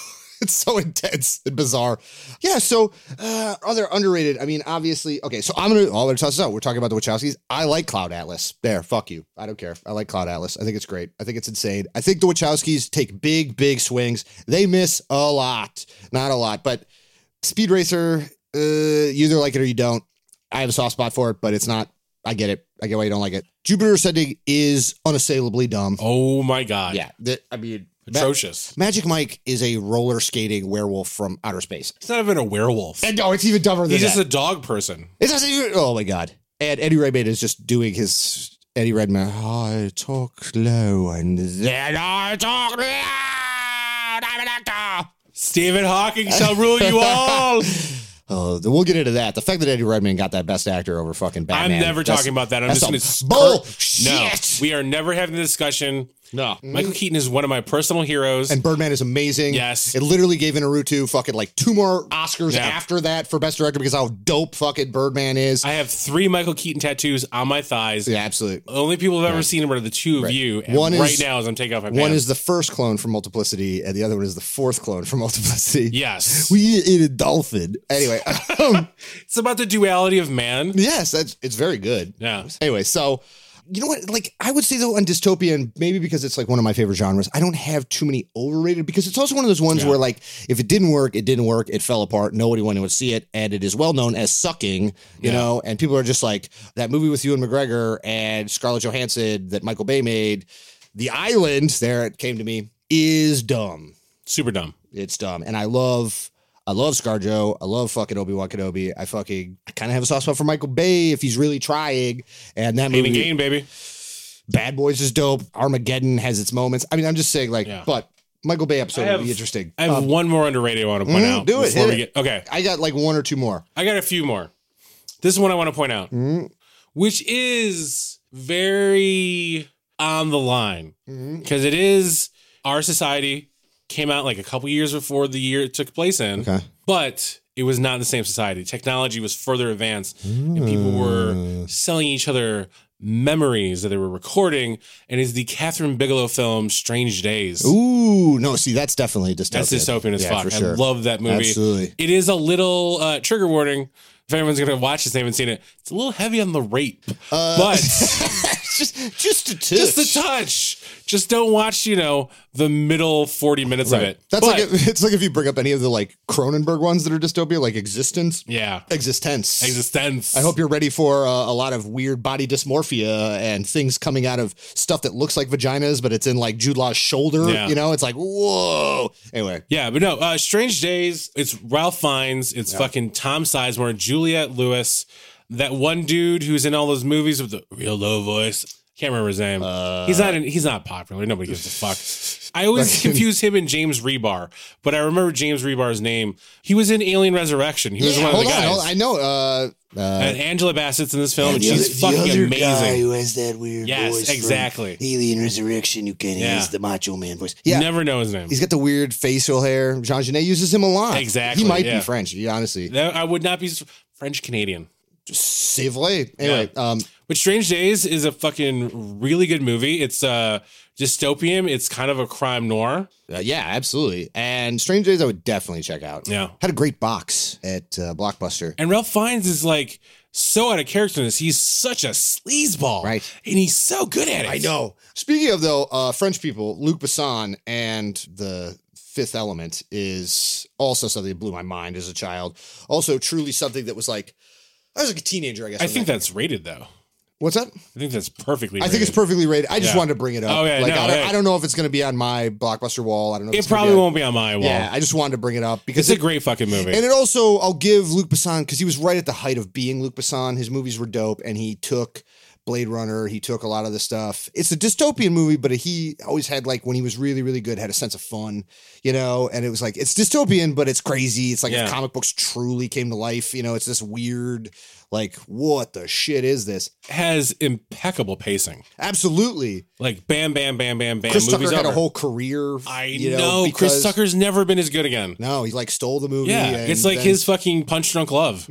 it's so intense and bizarre. Yeah. So uh, other underrated. I mean, obviously. Okay. So I'm gonna. Oh, let's toss this out. We're talking about the Wachowskis. I like Cloud Atlas. There. Fuck you. I don't care. I like Cloud Atlas. I think it's great. I think it's insane. I think the Wachowskis take big, big swings. They miss a lot. Not a lot, but Speed Racer. Uh, you either like it or you don't. I have a soft spot for it, but it's not. I get it. I get why you don't like it. Jupiter Ascending is unassailably dumb.
Oh my God.
Yeah, that- I mean, Ma-
Atrocious.
Magic Mike is a roller skating werewolf from outer space.
It's not even a werewolf.
And no, it's even dumber than
He's
that.
just a dog person.
It's not even- oh my god! And Eddie Redmayne is just doing his Eddie Redmayne. I talk low and then I talk loud. I'm an actor.
Stephen Hawking shall
<laughs>
rule you all.
Oh, we'll get into that. The fact that Eddie Redmayne got that Best Actor over fucking
I'm
Batman.
never
that's-
talking about that. I'm
that's
just going to
some
No,
bullshit.
we are never having the discussion. No, Michael Keaton is one of my personal heroes.
And Birdman is amazing.
Yes.
It literally gave Inarutu fucking like two more Oscars
Yeah.
after that for Best Director because how dope fucking Birdman is.
I have three Michael Keaton tattoos on my thighs.
yeah, absolutely.
The only people I've ever seen were the two of you. And
One is-
right now, as I'm taking off my
One
pants.
is the first clone from Multiplicity, and the other one is the fourth clone from
<laughs>
Multiplicity.
yes,
We eat a dolphin. Anyway, <laughs> um,
it's about the duality of man.
yes, that's it's very good.
Yeah,
Anyway, so you know what? Like, I would say though on dystopia, and maybe because it's like one of my favorite genres, I don't have too many overrated because it's also one of those ones
Yeah.
where like if it didn't work, it didn't work, it fell apart, nobody wanted to see it, and it is well known as sucking, you
Yeah.
know, and people are just like that movie with Ewan McGregor and Scarlett Johansson that Michael Bay made, The Island, there it came to me, is dumb.
Super dumb.
It's dumb. And I love I love ScarJo. I love fucking Obi-Wan Kenobi. I fucking I kind of have a soft spot for Michael Bay if he's really trying. And that
Pain
movie
and gain, baby.
Bad Boys is dope. Armageddon has its moments. I mean, I'm just saying like
Yeah.
but Michael Bay episode
I
would
have-
be interesting.
I have
Uh,
one more underrated I want to point
Mm,
out.
do it,
before
hit
we
it.
Get, okay.
I got like one or two more.
I got a few more. This is one I want to point out,
Mm,
which is very on the line
mm.
because it is our society came out like a couple years before the year it took place in,
Okay.
but it was not in the same society. Technology was further advanced and people
Mm.
were selling each other memories that they were recording. And it's the Catherine Bigelow film Strange Days.
Ooh, no, see that's definitely dystopian.
That's dystopian as
Yeah,
fuck.
for sure.
I love that movie.
Absolutely.
It is a little uh, trigger warning. If anyone's gonna watch this, they haven't seen it. It's a little heavy on the rape,
Uh, <laughs>
<laughs> but
just just a touch.
just the touch. Just don't watch, you know, the middle forty minutes of it.
That's
but,
like if, <laughs> it's like if you bring up any of the like Cronenberg ones that are dystopia, like existence,
yeah,
existence.
existence.
I hope you're ready for uh, a lot of weird body dysmorphia and things coming out of stuff that looks like vaginas, but it's in like Jude Law's shoulder.
Yeah.
You know, it's like whoa. Anyway,
Yeah, but no, uh, Strange Days, it's Ralph Fiennes, it's fucking Tom Sizemore, Juliette Lewis, that one dude who's in all those movies with the real low voice. Can't remember his name.
Uh,
he's not. An, he's not popular. Nobody gives a
<laughs>
fuck. I always confuse him and James Rebar, but I remember James Rebar's name. He was in Alien Resurrection. He was
Yeah,
one of the
hold on,
guys.
hold on. I know. Uh, uh,
and Angela Bassett's in this film, and
the other-
she's fucking
the other Guy
amazing.
who has that weird
Yes,
voice from
exactly.
Alien Resurrection. You can't.
Yeah.
He's the Macho Man voice.
yeah,
Never know his name.
he's got the weird facial hair. Jean Genet uses him a lot.
Exactly,
He might
yeah.
be French. Yeah, honestly,
That- I would not be French Canadian.
c'est vrai. Anyway, um,
But Strange Days is a fucking really good movie. It's uh dystopian. It's kind of a crime noir.
Uh, yeah, absolutely. And Strange Days, I would definitely check out.
Yeah.
Had a great box at uh, Blockbuster.
And Ralph Fiennes is like so out of character in this. He's such a sleazeball.
Right.
And he's so good at it. I know.
Speaking of, though, uh, French people, Luc Besson and the Fifth Element is also something that blew my mind as a child. Also, truly something that was like, I was like a teenager, I guess.
I
when
think
that-
that's rated though.
What's up?
I think that's perfectly
I think it's
rated.
perfectly rated. I just
Yeah.
wanted to bring it up.
Oh, yeah,
like,
no,
I, don't,
hey.
I don't know if it's going to be on my Blockbuster wall. I don't know. If
it
it's gonna be
probably
on-
won't be on my wall.
Yeah, I just wanted to bring it up because
it's a great fucking movie.
And it also, I'll give Luc Besson because he was right at the height of being Luc Besson. His movies were dope, and he took Blade Runner. He took a lot of the stuff. It's a dystopian movie, but he always had like when he was really, really good, had a sense of fun, you know. And it was like it's dystopian, but it's crazy. It's like
Yeah.
if comic books truly came to life, you know. It's this weird, like, what the shit is this?
has impeccable pacing.
Absolutely,
Like bam, bam, bam, bam, bam.
Chris Tucker
movie's
had
over.
a whole career.
I
you
know. Chris
because-
Tucker's never been as good again.
No, he like stole the movie.
Yeah.
and Mm-hmm.
It's like
then-
his fucking punch drunk love.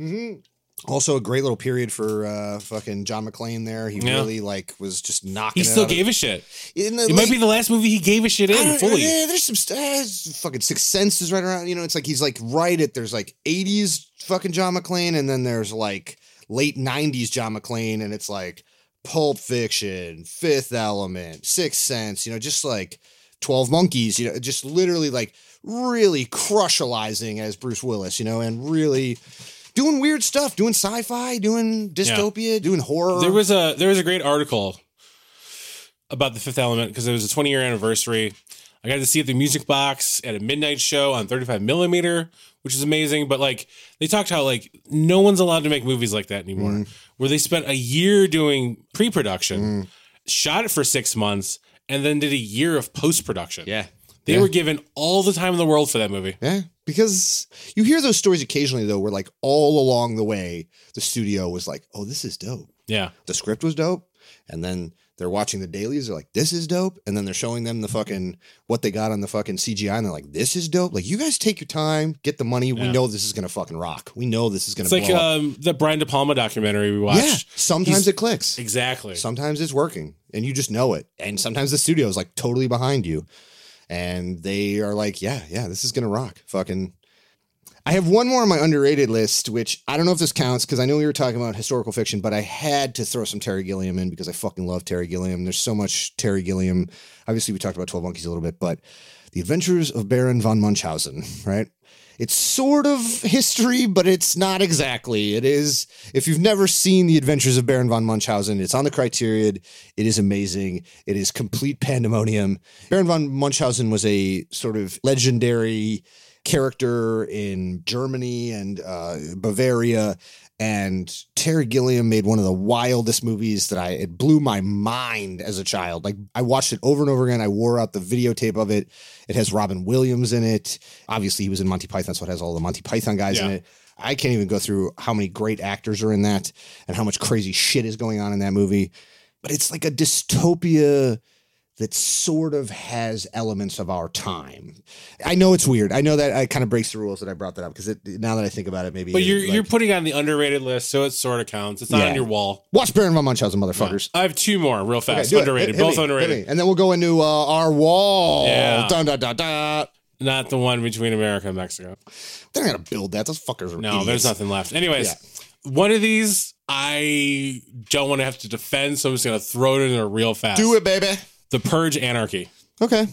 Also, a great little period for uh, fucking John McClane there. He
Yeah.
really like was just knocking.
He still gave a shit.
it. In the
It might be the last movie he gave a shit in fully.
Yeah, there's some st- uh, his fucking Sixth Sense is right around. You know, it's like he's like right at there's like 80s fucking John McClane, and then there's like late 90s John McClane, and it's like Pulp Fiction, Fifth Element, Sixth Sense. You know, just like Twelve Monkeys. You know, just literally like really crushalizing as Bruce Willis. You know, and really. Doing weird stuff, doing sci-fi, doing dystopia, doing horror.
There was a there was a great article about the Fifth Element because it was a 20 year anniversary. I got to see it at the Music Box at a midnight show on 35 millimeter, which is amazing. But like they talked how like no one's allowed to make movies like that anymore,
Mm.
where they spent a year doing pre production, shot it for six months, and then did a year of post production. <laughs> Yeah, they were given all the time in the world for that movie.
Yeah, because you hear those stories occasionally though, where like all along the way, the studio was like, "Oh, this is dope."
Yeah,
The script was dope, and then they're watching the dailies. They're like, "This is dope," and then they're showing them
Mm-hmm.
the fucking what they got on the fucking CGI, and they're like, "This is dope." Like, you guys take your time, get the money. We
Yeah.
know this is gonna fucking rock. We know this is gonna.
it's like
blow up.
um, the Brian De Palma documentary we
yeah.
watched.
Sometimes
he's-
it clicks.
Exactly.
Sometimes it's working, and you just know it. And sometimes the studio is like totally behind you, and they are like, "Yeah, yeah, this is gonna rock." Fucking. I have one more on my underrated list, which I don't know if this counts because I know we were talking about historical fiction, but I had to throw some Terry Gilliam in because I fucking love Terry Gilliam. There's so much Terry Gilliam. Obviously, we talked about 12 Monkeys a little bit, but The Adventures of Baron von Munchausen, <laughs> right? It's sort of history, but it's not exactly. It is, if you've never seen The Adventures of Baron von Munchausen, it's on the Criterion. It is amazing. It is complete pandemonium. Baron von Munchausen was a sort of legendary character in Germany and uh, Bavaria. And Terry Gilliam made one of the wildest movies that I, it blew my mind as a child. Like I watched it over and over again. I wore out the videotape of it. It has Robin Williams in it. Obviously, he was in Monty Python, so it has all the Monty Python guys in
Yeah.
it. I can't even go through how many great actors are in that and how much crazy shit is going on in that movie. But it's like a dystopia that sort of has elements of our time. I know it's weird. I know that I kind of breaks the rules that I brought that up because now that I think about it, maybe.
But
it,
you're
like-
you're putting on the underrated list, so it sort of counts. It's not
Yeah.
on your wall.
watch Baron von Munchausen, motherfuckers.
I have two more real
Okay,
fast.
do it.
Uh, underrated,
Hit- hit
both
me, hit
underrated.
me. And then we'll go into uh, our wall.
Yeah.
Dun, dun, dun, dun.
Not the one between America and Mexico.
They're not gonna build that. Those fuckers are
No,
idiots.
there's nothing left. Anyways, one of these I don't want to have to defend, so I'm just gonna throw it in there real fast.
Do it, baby.
The Purge Anarchy.
Okay.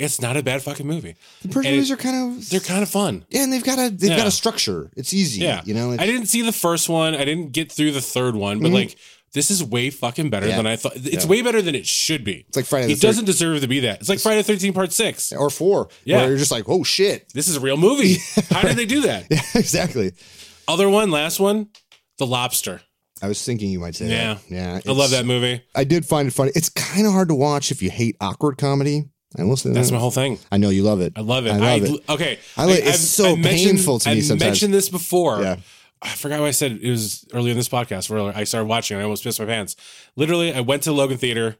It's not a bad fucking movie.
The Persians are kind of
They're kind of fun.
yeah, and they've got a they've
Yeah.
got a structure. It's easy.
Yeah.
You know.
I didn't see the first one. I didn't get through the third one, but like this is way fucking better
Yeah.
than I thought. It's
Yeah.
way better than it should be.
it's like Friday the
It doesn't deserve to be that. It's like Friday the 13th Part 6.
13th or four.
Yeah.
Where you're just like, oh shit. <laughs>
This is a real movie. How did they do that?
Yeah, exactly.
Other one, last one, The Lobster.
I was thinking you might say
Yeah.
that. Yeah.
I love
it's-
that movie.
I did find it funny. It's kind of hard to watch if you hate awkward comedy. I will say
That's
that.
my whole thing.
I know you love it.
I love it.
I
I
love it.
Okay.
I like-
I-
it's
I've-
so
mentioned-
painful to me
I
sometimes.
mentioned this before.
Yeah.
I forgot what I said. It was earlier in this podcast where I started watching and I almost pissed my pants. Literally, I went to Logan Theater.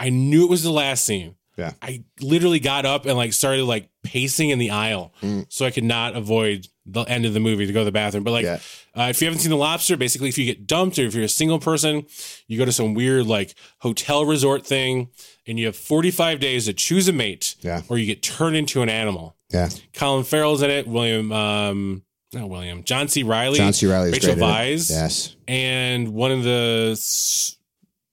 I knew it was the last scene.
Yeah.
I literally got up and like started like pacing in the aisle
Mm.
so I could not avoid the end of the movie to go to the bathroom. But like,
Yeah.
uh, if you haven't seen The Lobster, basically, if you get dumped or if you're a single person, you go to some weird like hotel resort thing and you have 45 days to choose a mate
Yeah.
or you get turned into an animal.
Yeah.
Colin Farrell's in it. William, um, not William, John C. Riley,
John C. Riley is
Rachel
great. at it.
Vise,
Yes.
and one of the s-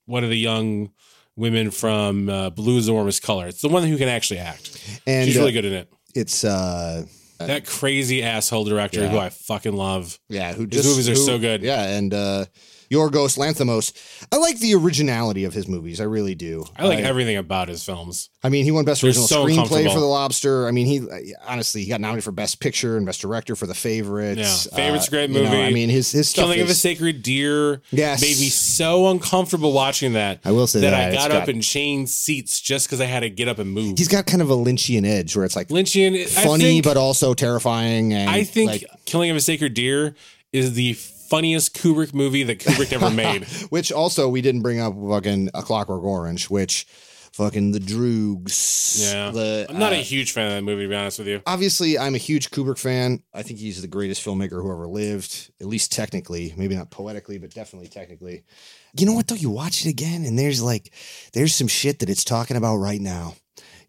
one of the young women from uh, Blue is the Warmest Color. It's the one who can actually act.
And
She's
uh,
really good in it.
it's uh
That crazy asshole director
Yeah.
who I fucking love.
Yeah, who
His
just,
movies are
who-
so good.
Yeah, and uh, Yorgos Lanthimos. I like the originality of his movies. I really do.
I like everything about his films.
I mean, he won Best
They're
Original
so
Screenplay
comfortable.
for The Lobster. I mean, he honestly he got nominated for Best Picture and Best Director for The Favorites. Uh,
Yeah, Favourite's a great
you know,
movie.
I mean, his his stuff.
Killing of a
Is,
Sacred Deer
Yes.
made me so uncomfortable watching that
I will say that,
that I
It's
got up and changed seats just because I had to get up and move.
he's got kind of a Lynchian edge where it's like
Lynchian,
funny
I think,
but also terrifying. And
I think
like-
Killing of a Sacred Deer is the funniest Kubrick movie that
<laughs>
Kubrick ever made.
which also we didn't bring up fucking A Clockwork Orange, which fucking the Droogs.
Yeah.
the,
I'm not a
uh,
huge fan of that movie, to be honest with you.
obviously I'm a huge Kubrick fan. I think he's the greatest filmmaker who ever lived, at least technically, maybe not poetically, but definitely technically. You know what though? You watch it again and there's like there's some shit that it's talking about right now.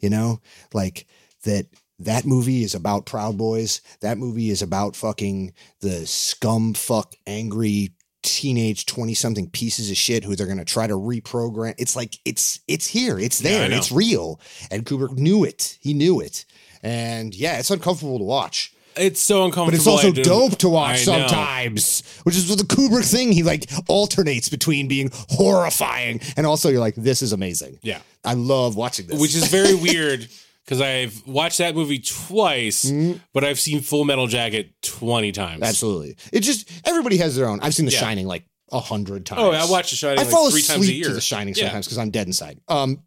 You know? Like that that movie is about Proud Boys. That movie is about fucking the scum fuck angry teenage 20 something pieces of shit who they're going to try to reprogram it's like it's it's here it's
Yeah, I
there
know.
it's real and kubrick knew it he knew it and yeah, it's uncomfortable to watch,
It's so uncomfortable.
but it's also
I do-
dope to watch
I know.
sometimes, which is the Kubrick thing. He like alternates between being horrifying and also you're like, this is amazing.
Yeah.
I love watching this.
Which is very weird because I've watched that movie twice,
Mm-hmm.
but I've seen Full Metal Jacket 20 times.
absolutely. It just everybody has their own. I've seen The
Yeah.
Shining like a hundred times.
Oh, I watch The Shining
I
like
fall
three
asleep
times a year.
to The Shining
Yeah.
sometimes because I'm dead inside. Um,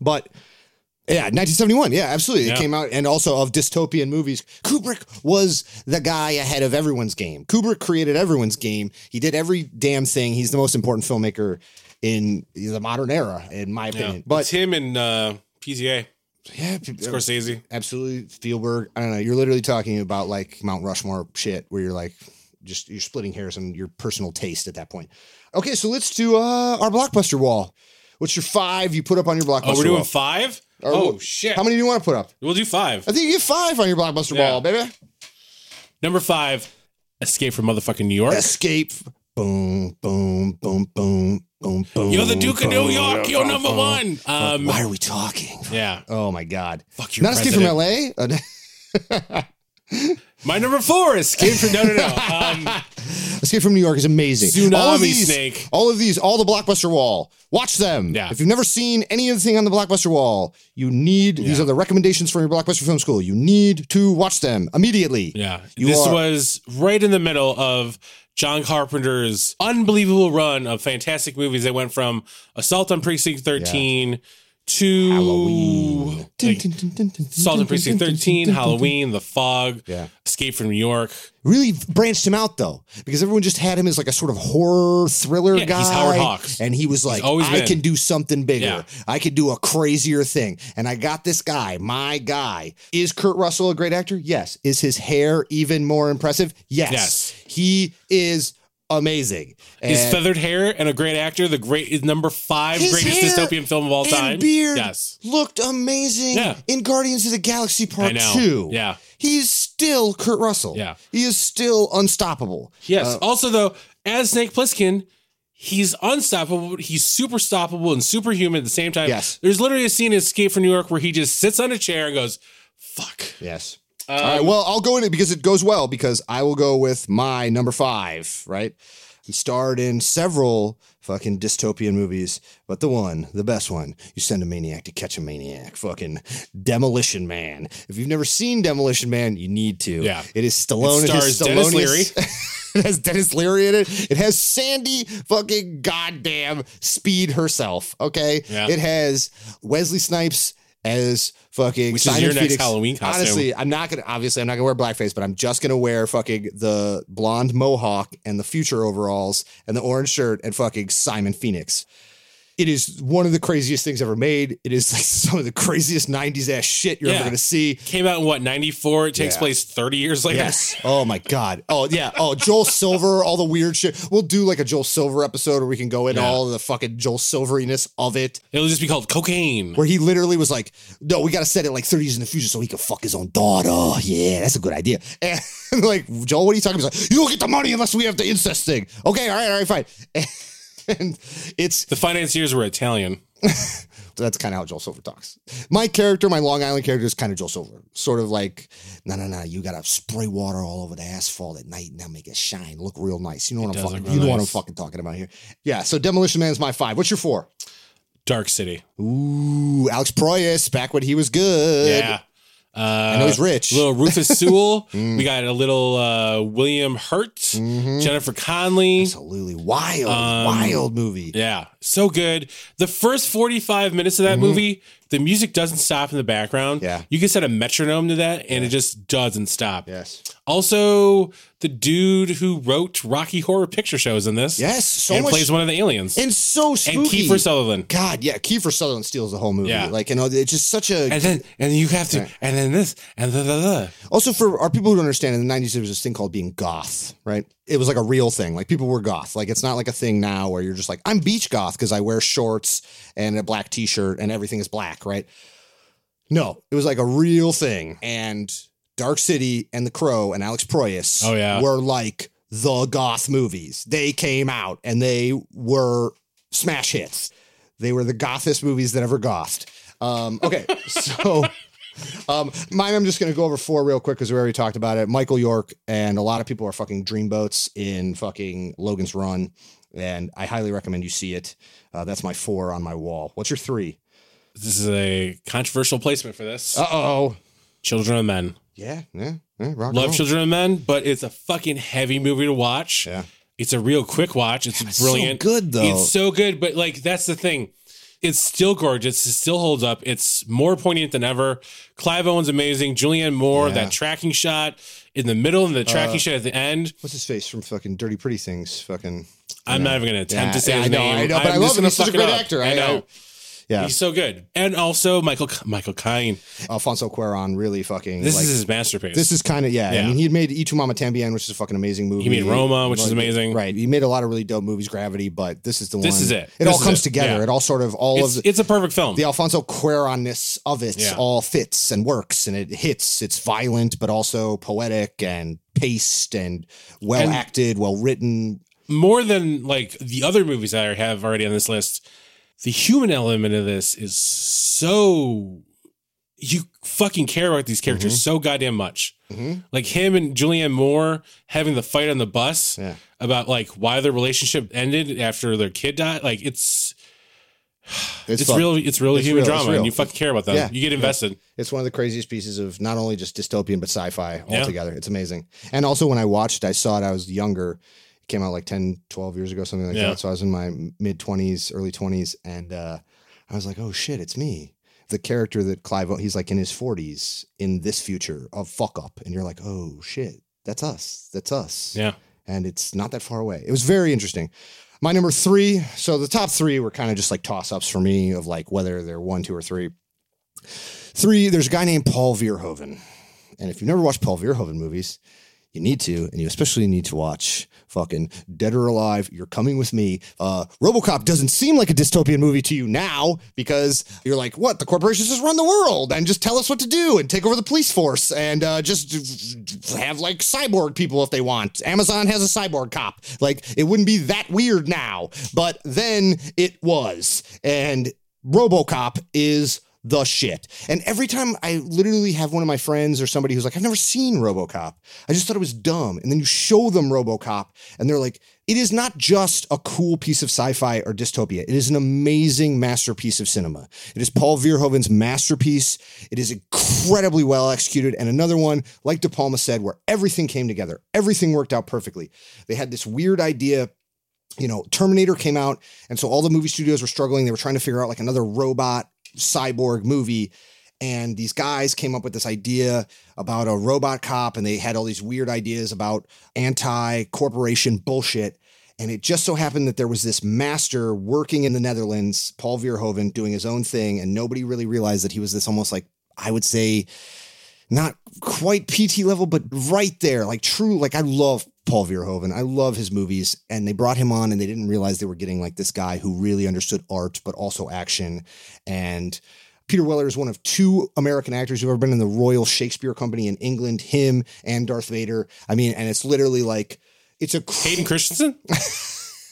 but yeah, 1971. Yeah, absolutely. It
Yeah.
came out, and also of dystopian movies, Kubrick was the guy ahead of everyone's game. Kubrick created everyone's game. He did every damn thing. He's the most important filmmaker in the modern era, in my
Yeah.
opinion.
it's
But
him and uh, PZA,
yeah,
Scorsese.
absolutely Spielberg. I don't know. You're literally talking about like Mount Rushmore shit, where you're like, just you're splitting hairs on your personal taste at that point. Okay, so let's do uh, our blockbuster wall. What's your five you put up on your blockbuster
Oh, we're doing
wall?
five?
Or
oh,
what-
shit.
How many do you want to put up?
We'll do five.
I think you get five on your blockbuster
Yeah.
wall, baby.
Number five, Escape from Motherfucking New York.
Escape. Boom, boom, boom, boom, boom, boom.
You're the Duke of New
boom,
York. You're
boom,
number
boom.
one. Um,
Uh-huh. Why are we talking?
yeah.
Oh my God.
Fuck you.
Not Escape
president.
from L.A. Uh,
My number four is Escape from. No, no,
<laughs>
no. Um,
Escape from New York is amazing. all
Tsunami
of these,
Snake.
All of these, all the Blockbuster Wall. Watch them.
Yeah.
If you've never seen any of the thing on the Blockbuster Wall, you need these
Yeah.
are the recommendations from your Blockbuster Film School. You need to watch them immediately.
yeah.
You
this
are-
was right in the middle of John Carpenter's unbelievable run of fantastic movies that went from Assault on Precinct 13 to
Halloween.
like,
Dun, dun, dun, dun, dun,
Assault on
dun,
Precinct
dun, dun,
13,
dun, dun, dun.
Halloween, The Fog,
Yeah.
Escape from New York.
Really branched him out though, because everyone just had him as like a sort of horror thriller
Yeah,
guy.
he's Howard Hawks.
and he was like,
always
"I
been.
can do something bigger.
Yeah.
I can do a crazier thing." And I got this guy, my guy. Is Kurt Russell a great actor? Yes. Is his hair even more impressive? Yes.
Yes.
He is amazing.
His
And-
feathered hair and a great actor, the great is number five
His
greatest
hair
dystopian film of all
and
time.
beard
Yes.
looked amazing
Yeah.
in Guardians of the Galaxy Part
I know.
Two.
Yeah.
He's still Kurt Russell.
Yeah.
He is still unstoppable.
Yes.
Uh,
also, though, as Snake Plissken, he's unstoppable. He's super stoppable and superhuman at the same time.
Yes.
There's literally a scene in Escape from New York where he just sits on a chair and goes, "Fuck."
Yes.
Um,
All right. Well, I'll go in it because it goes well because I will go with my number five. Right. He starred in several fucking dystopian movies, but the one, the best one, you send a maniac to catch a maniac. Fucking Demolition Man. If you've never seen Demolition Man, you need to.
Yeah.
It is Stallone.
It
and his
stars Dennis
Stallone-ious- it <laughs> has Dennis Leary in it. It has Sandy fucking goddamn Speed herself. Okay.
Yeah.
It has Wesley Snipes as fucking
Which is your next Halloween costume.
Honestly, I'm not gonna obviously I'm not gonna wear blackface, but I'm just gonna wear fucking the blonde mohawk and the future overalls and the orange shirt and fucking Simon Phoenix. It is one of the craziest things ever made. It is like <laughs> some of the craziest 90s ass shit you're ever
Yeah.
gonna see.
Came out in what, 94? It takes
Yeah.
place 30 years later.
Yes. Oh my God. Oh yeah. Oh Joel Silver, all the weird shit. We'll do like a Joel Silver episode where we can go into
Yeah.
all the fucking Joel Silveriness of it,
It'll just be called cocaine.
where he literally was like, "No, we got to set it like 30 years in the future so he could fuck his own daughter." Yeah, that's a good idea. <laughs> And like Joel, what are you talking about? He's like, you don't get the money unless we have the incest thing. Okay. All right. All right. Fine. <laughs> And it's
The financiers were Italian.
so that's kind of how Joel Silver talks. My character, my Long Island character, is kind of Joel Silver. Sort of like, no, no, no, you gotta spray water all over the asphalt at night and that'll make it shine, look real nice. You know what
It
I'm
does
fucking,
look
you
real
know what I'm
nice.
fucking talking about here. Yeah. So Demolition Man is my five. What's your four?
Dark City.
Ooh, Alex Proyas, back when he was good.
Yeah. Uh, I
I know he's rich. Mm. <laughs>
Little Rufus Sewell. We got a little uh, William Hurt,
Mm-hmm.
Jennifer Conley.
Absolutely wild,
Um,
wild movie.
Yeah, so good. The first 45 minutes of that movie, the music doesn't stop in the background.
Mm-hmm. Yeah.
You can set a metronome to that and it just doesn't stop.
Yes.
Also, the dude who wrote Rocky Horror Picture Shows in this.
Yes. So
and
much.
plays one of the aliens.
and so spooky.
and Kiefer Sutherland.
God, yeah. Kiefer Sutherland steals the whole movie.
Yeah.
Like, you know, it's just such a.
And then and you have to
Right.
and then this and the the the
Also, for our people who don't understand, in the 90s, there was this thing called being goth, right? It was like a real thing. Like people were goth. Like it's not like a thing now where you're just like, I'm beach goth because I wear shorts and a black t shirt and everything is black, right? No, it was like a real thing. And Dark City and The Crow and Alex Proyas
Oh, yeah.
were like the goth movies. They came out and they were smash hits. They were the gothest movies that ever gothed. Um, okay, <laughs> so um, mine, I'm just going to go over four real quick because we already talked about it. Michael York and a lot of people are fucking dreamboats in fucking Logan's Run, and I highly recommend you see it. Uh, that's my four on my wall. What's your three?
This is a controversial placement for this.
Uh oh.
Children of Men.
Yeah, yeah, yeah. Rock
Love
and roll.
Children of Men, but it's a fucking heavy movie to watch.
Yeah.
It's a real quick watch. It's
It's
brilliant.
So good though.
It's so good, but like that's the thing. It's still gorgeous. It still holds up. It's more poignant than ever. Clive Owen's amazing. Julianne Moore,
Yeah.
that tracking shot in the middle and the tracking
Uh,
shot at the end.
What's his face from fucking Dirty Pretty Things? Fucking.
I'm not even going to attempt
Yeah,
to say
yeah,
his
I know,
name.
I know, but
I'm
I love
just
him.
gonna
He's such a
fuck it
great
up.
actor.
I
I-
know.
Yeah.
He's so good. And also Michael Michael Caine.
Alfonso Cuaron really fucking.
This
like,
is his masterpiece.
This is kind of yeah.
Yeah.
I mean, he made Ichu Mama Tambien, which is a fucking amazing movie.
He made Roma, which is
Like,
amazing.
Right. He made a lot of really dope movies. Gravity, but this is the one.
This is it.
It
This
all
is
comes
it.
together.
Yeah.
It all sort of all
it's,
of the,
it's a perfect film.
the Alfonso Cuaronness of it
Yeah.
all fits and works, and it hits. It's violent, but also poetic and paced and well acted, well written.
More than like the other movies I have already on this list, the human element of this is so you fucking care about these characters
Mm-hmm.
so goddamn much.
Mhm.
Like him and Julianne Moore having the fight on the bus
Yeah.
about like why their relationship ended after their kid died. Like it's it's,
fucked.
really it's really
It's
human
real, it's
drama
real.
and you fucking care about them.
Yeah.
You get invested.
It's one of the craziest pieces of not only just dystopian but sci-fi
Yeah.
altogether. It's amazing. And also when I watched, I saw it, I was younger. It came out like 10, 12 years ago, something like
Yeah.
that. So I was in my mid twenties, early twenties. And, uh, I was like, oh shit, it's me. The character that Clive, O- he's like in his forties in this future of fuck up. And you're like, oh shit, that's us. That's us.
Yeah.
And it's not that far away. It was very interesting. My number three. So the top three were kind of just like toss ups for me of like whether they're one, two, or three. Three, there's a guy named Paul Verhoeven. And if you've never watched Paul Verhoeven movies, you need to, and you especially need to watch fucking Dead or Alive, You're Coming With Me. Uh, Robocop doesn't seem like a dystopian movie to you now because you're like, what? The corporations just run the world and just tell us what to do and take over the police force and uh, just have like cyborg people if they want. Amazon has a cyborg cop. Like, it wouldn't be that weird now, but then it was. And Robocop is the shit. And every time I literally have one of my friends or somebody who's like, I've never seen Robocop. I just thought it was dumb. And then you show them Robocop and they're like, it is not just a cool piece of sci fi or dystopia. It is an amazing masterpiece of cinema. It is Paul Verhoeven's masterpiece. It is incredibly well executed. And another one, like De Palma said, where everything came together, everything worked out perfectly. They had this weird idea you know, Terminator came out, and so all the movie studios were struggling. They were trying to figure out like another robot cyborg movie. And these guys came up with this idea about a robot cop, and they had all these weird ideas about anti corporation bullshit. And it just so happened that there was this master working in the Netherlands, Paul Verhoeven, doing his own thing, and nobody really realized that he was this almost like, I would say, not quite PT level, but right there, like true. Like I love Paul Verhoeven. I love his movies, and they brought him on, and they didn't realize they were getting like this guy who really understood art, but also action. And Peter Weller is one of two American actors who've ever been in the Royal Shakespeare Company in England. Him and Darth Vader. I mean, and it's literally like it's a cr-
Hayden
<laughs>
Christensen?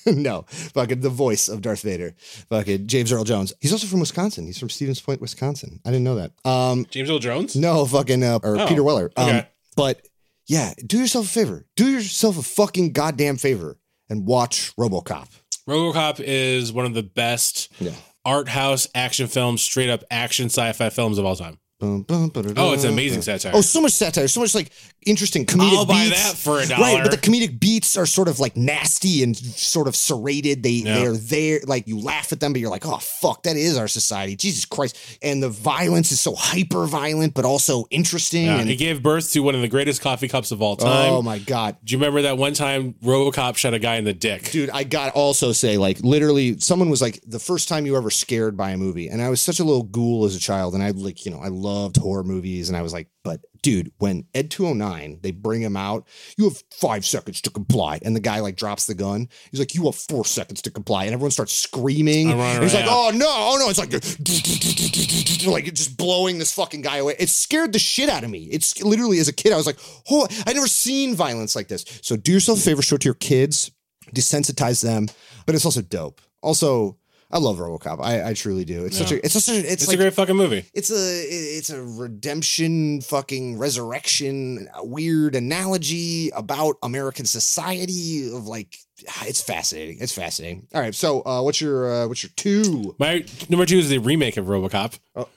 no, fucking the voice of Darth Vader, fucking James Earl Jones. He's also from Wisconsin. He's from Stevens Point, Wisconsin. I didn't know that. Um,
James Earl Jones?
no, fucking uh, or
Oh,
Peter Weller. Um,
okay.
But yeah, do yourself a favor. Do yourself a fucking goddamn favor and watch RoboCop.
RoboCop is one of the best
Yeah.
art house action films, straight up action sci-fi films of all time.
Boom, boom, ba-da-da.
Oh, it's amazing satire.
Oh, so much satire, so much like interesting comedic
I'll buy
beats.
that for a dollar.
Right, but the comedic beats are sort of like nasty and sort of serrated. They
Yeah.
they're there, like you laugh at them, but you're like, oh fuck, that is our society. Jesus Christ! And the violence is so hyper violent, but also interesting.
Yeah,
and
it gave birth to one of the greatest coffee cups of all time.
oh my god,
Do you remember that one time RoboCop shot a guy in the dick?
dude i gotta also say like literally someone was like the first time you were ever scared by a movie and i was such a little ghoul as a child and i like you know i loved horror movies and i was like but dude when ed 209 they bring him out you have five seconds to comply and the guy like drops the gun he's like you have four seconds to comply and everyone starts screaming
I run
And he's like
around.
oh no oh no it's like like just blowing this fucking guy away it scared the shit out of me it's literally as a kid i was like oh i never seen violence like this so do yourself a favor show it to your kids desensitize them, but it's also dope. Also, I love RoboCop. I, I truly do. It's such
Yeah.
a it's such a it's,
It's
like
a great fucking movie.
it's a it's a redemption fucking resurrection a weird analogy about American society of like it's fascinating. It's fascinating. All right, so uh, what's your uh, what's your two?
My number two is the remake of RoboCop.
Oh.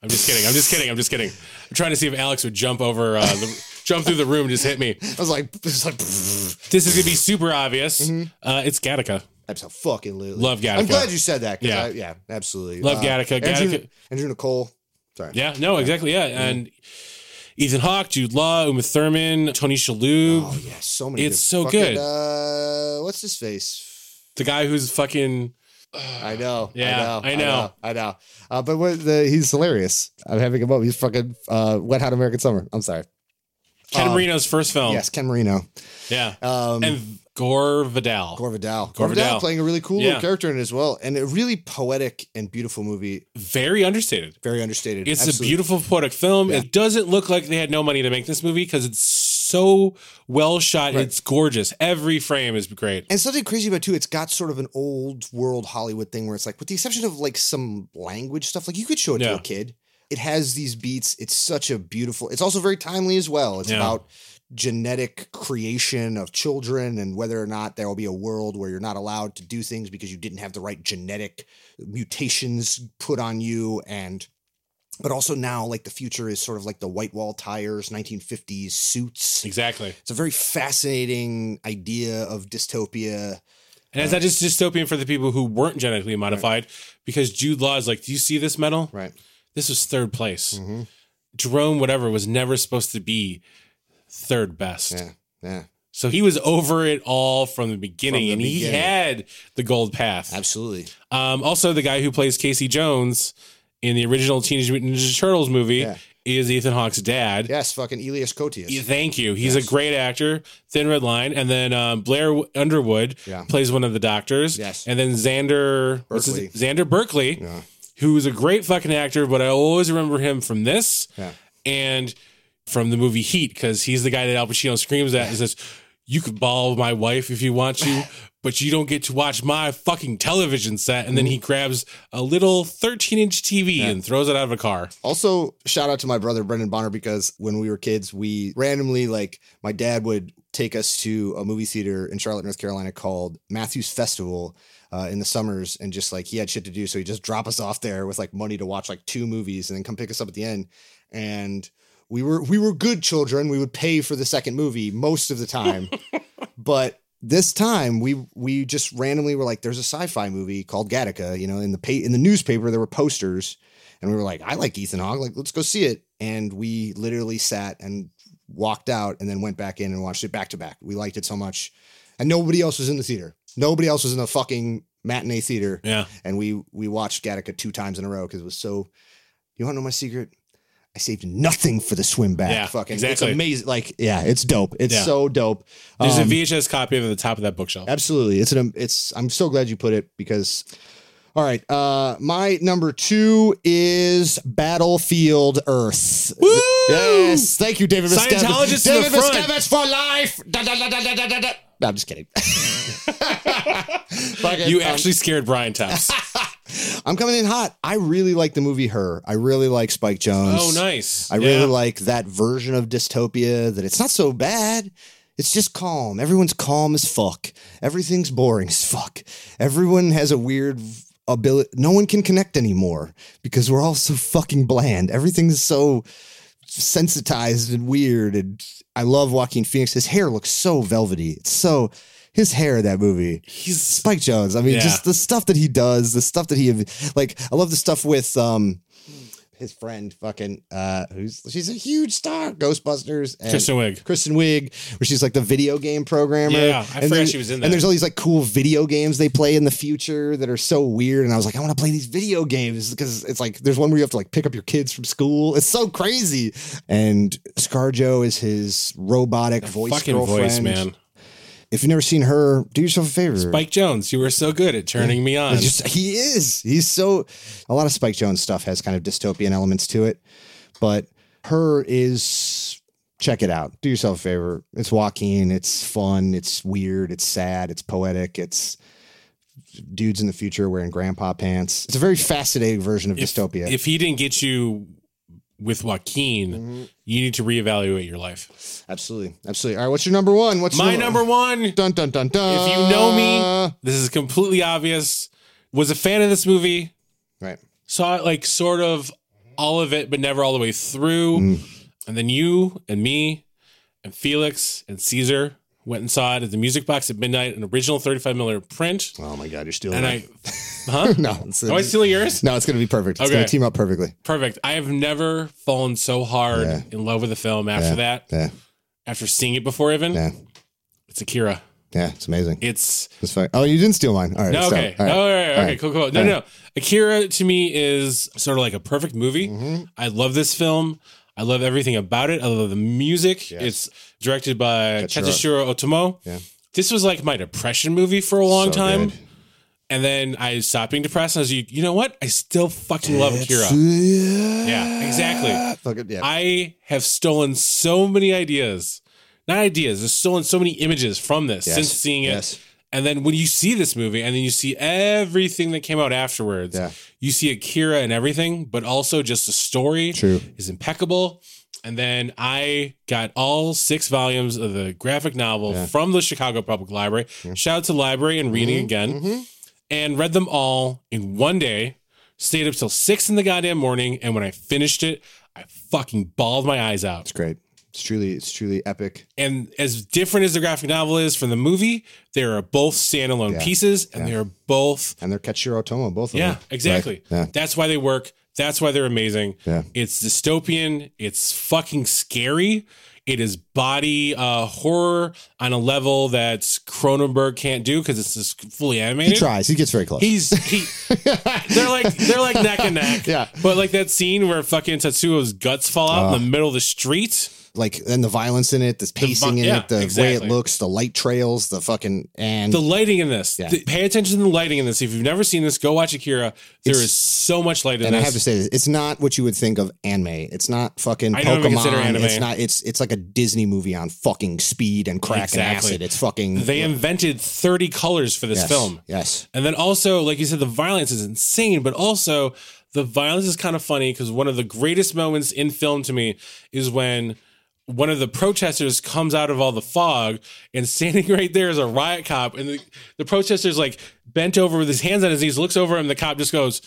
I'm just kidding. I'm just kidding. I'm just kidding. I'm trying to see if Alex would jump over, uh, the, jump through the room and just hit me.
I was like, <laughs> it's like
This is gonna be super obvious.
Mm-hmm.
Uh, it's Gattaca.
absolutely
Love Gattaca.
I'm glad you said that. 'cause
Yeah.
I- yeah, absolutely. Uh,
Love Gattaca.
Andrew,
Gattaca-
Andrew Nicole. Sorry.
Yeah, no, exactly. Yeah,
Mm-hmm.
and Ethan Hawke, Jude Law, Uma Thurman, Tony Shalhoub,
Oh yeah, so many.
It's
good-
so
fucking,
good.
Uh, what's his face?
the guy who's fucking
I know.
Yeah, I
I know.
know.
I know. I know. Uh, but what the, he's hilarious. I'm having a moment. He's fucking uh, Wet Hot American Summer. I'm sorry.
Ken
Um,
Marino's first film.
Yes, Ken Marino.
Yeah.
Um,
Oh. and Gore Vidal.
Gore Vidal.
Gore
Gore Vidal
Vidal.
playing a really cool
Yeah.
character in it as well, and a really poetic and beautiful movie.
Very understated.
Very understated.
It's
Absolutely.
a beautiful poetic film.
Yeah.
It doesn't look like they had no money to make this movie because it's so well shot.
Right.
It's gorgeous. Every frame is great.
And something crazy about it, too, it's got sort of an old world Hollywood thing where it's like, with the exception of like some language stuff, like you could show it to
Yeah.
a kid. It has these beats. It's such a beautiful. It's also very timely as well. It's
Yeah.
about genetic creation of children and whether or not there will be a world where you're not allowed to do things because you didn't have the right genetic mutations put on you and but also now like the future is sort of like the white wall tires 1950s suits
Exactly.
it's a very fascinating idea of dystopia.
And is that just dystopian for the people who weren't genetically modified? Because Jude Law is like, do you see this medal?
Right. Mm-hmm.
This was third place. Jerome, whatever, was never supposed to be third best.
Yeah. Yeah.
So he was over it all from the beginning,
From the
and he
beginning.
had the gold path.
Absolutely.
Um, also, the guy who plays Casey Jones in the original Teenage Mutant Ninja Turtles movie
Yeah.
is Ethan Hawke's dad.
Yes. Fucking Elias Cotius.
Yeah, Thank you. He's
Yes.
a great actor. Thin Red Line, and then um, Blair Underwood
Yeah.
plays one of the doctors.
Yes.
and then Xander what's his-
Berkeley.
Xander Berkeley,
Yeah.
who's a great fucking actor, but I always remember him from this
Yeah.
and from the movie Heat because he's the guy that Al Pacino screams at and says, "You could ball my wife if you want to,
<laughs>
but you don't get to watch my fucking television set." And then
Mm-hmm.
he grabs a little 13-inch TV and throws it out of a car.
Also, shout out to my brother Brendan Bonner because when we were kids, we randomly like my dad would take us to a movie theater in Charlotte, North Carolina called Matthews Festival uh, in the summers, and just like he had shit to do, so he'd just drop us off there with like money to watch like two movies, and then come pick us up at the end. And we were we were good children. We would pay for the second movie most of the time, but. This time we we just randomly were like, there's a sci-fi movie called Gattaca. You know, in the pa- in the newspaper there were posters, and we were like, I like Ethan Hawke. Like, let's go see it. And we literally sat and walked out and then went back in and watched it back to back. We liked it so much. And nobody else was in the theater. Nobody else was in the fucking matinee theater.
Yeah,
And we we watched Gattaca two times in a row because it was so you wanna know my secret? I saved nothing for the swim back.
Yeah,
fucking
exactly.
it's amazing. Like, yeah, it's dope. It's
Yeah.
so dope.
there's
Um,
a VHS copy of it at the top of that bookshelf.
Absolutely. It's an it's I'm so glad you put it because all right, uh my number 2 is Battlefield Earth.
Woo!
Yes, thank you David Miscavige.
Scientologists in the
David
front.
Miscavige for life. Da, da, da, da, da, da, da, da. No, I'm just kidding. <laughs> Fucking,
You
um,
actually scared Brian
<laughs>
Tufts.
I'm coming in hot. I really like the movie Her. I really like Spike Jones.
oh, nice.
I really
Yeah.
like that version of dystopia that it's not so bad. It's just calm. Everyone's calm as fuck. Everything's boring as fuck. Everyone has a weird ability. No one can connect anymore because we're all so fucking bland. Everything's so sensitized and weird. And I love Joaquin Phoenix. His hair looks so velvety. It's so his hair in that movie.
He's
Spike Jones. I mean,
Yeah.
just the stuff that he does, the stuff that he like. I love the stuff with um his friend, fucking uh, who's she's a huge star, Ghostbusters, and
Kristen Wiig.
Kristen Wiig, where she's like the video game programmer.
Yeah, I forgot
then-
she was in that.
And there's all these like cool video games they play in the future that are so weird. And I was like, I want to play these video games because it's like there's one where you have to like pick up your kids from school. It's so crazy. And ScarJo is his robotic voice
fucking
girlfriend.
voice, man.
If you've never seen her, do yourself a favor.
Mike Jones, you were so good at turning me on.
It's just he is. He's so a lot of Spike Jones stuff has kind of dystopian elements to it, but her is check it out. Do yourself a favor. It's Joaquin. It's fun. It's weird. It's sad. It's poetic. It's dudes in the future wearing grandpa pants. It's a very fascinating version of dystopia.
If he didn't get you with Joaquin,
Mm-hmm.
you need to reevaluate your life.
absolutely, absolutely. All right, what's your number one? What's your
My number one,
Dun dun dun dun.
if you know
Uh.
me, this is completely obvious. Was a fan of this movie,
right?
saw it like sort of all of it, but never all the way through.
Mm.
And then you and me and Felix and Caesar went and saw it at the Music Box at midnight, an original 35 millimeter print.
Oh my god, you're stealing.
And
<laughs> it.
I, huh?
no, it's,
Am I stealing yours?
no, it's gonna be perfect. It's
Okay.
gonna team up perfectly.
Perfect. I have never fallen so hard
Yeah.
in love with a film after that,
Yeah,
after seeing it before even.
yeah.
It's Akira.
Yeah, it's amazing.
It's
It's fine. Oh, you didn't steal mine. All right.
no,
so,
okay.
all right.
No, all right, okay,
right.
cool, cool. No,
All
no, no. Akira to me is sort of like a perfect movie.
Mm-hmm.
I love this film. I love everything about it. I love the music.
Yes.
It's directed by
Katsuhiro.
Katsushiro Otomo.
Yeah.
This was like my depression movie for a long
So
time.
good.
And then I stopped being depressed. And I was like, you know what? I still fucking love Akira. Yeah, exactly.
Fuck it, yeah.
I have stolen so many ideas, not ideas, I've stolen so many images from this
Yes,
since seeing it.
yes.
And then when you see this movie and then you see everything that came out afterwards,
Yeah.
you see Akira and everything, but also just the story
True.
is impeccable. And then I got all six volumes of the graphic novel from the Chicago Public Library. Shout out to library and
Mm-hmm.
reading again. And read them all in one day. Stayed up till six in the goddamn morning. And when I finished it, I fucking bawled my eyes out.
It's great. It's truly, it's truly epic.
And as different as the graphic novel is from the movie, they are both standalone
Yeah.
pieces and they are both
And they're Katsuhiro Otomo, both of
yeah,
them.
exactly.
Right.
That's why they work. That's why they're amazing.
Yeah.
It's dystopian. It's fucking scary. It is body uh, horror on a level that Cronenberg can't do because it's just fully
Yeah. He
animated.
tries. He gets very close.
He's
<laughs>
he. they're like they're like neck and neck.
Yeah. Uh.
But like that scene where fucking Tatsuo's guts fall out in the middle of the street.
like, and the violence in it, the pacing in
yeah,
it, the way
exactly.
it looks, the light trails, the fucking and
The lighting in this.
Yeah.
th- pay attention to the lighting in this. If you've never seen this, go watch Akira. There is
It's-
so much light in
and I
this.
have to say this, it's not what you would think of anime. It's not fucking
I don't even
Pokemon.
consider anime.
It's not. It's it's like a Disney movie on fucking speed and crack and
Exactly.
acid. It's fucking
they invented 30 colors for this
yes,
film.
Yes,
And then also, like you said, the violence is insane, but also the violence is kind of funny because one of the greatest moments in film to me is when one of the protesters comes out of all the fog and standing <laughs> right there is a riot cop. And the, the protester's like bent over with his hands on his knees, looks over him, the cop just goes,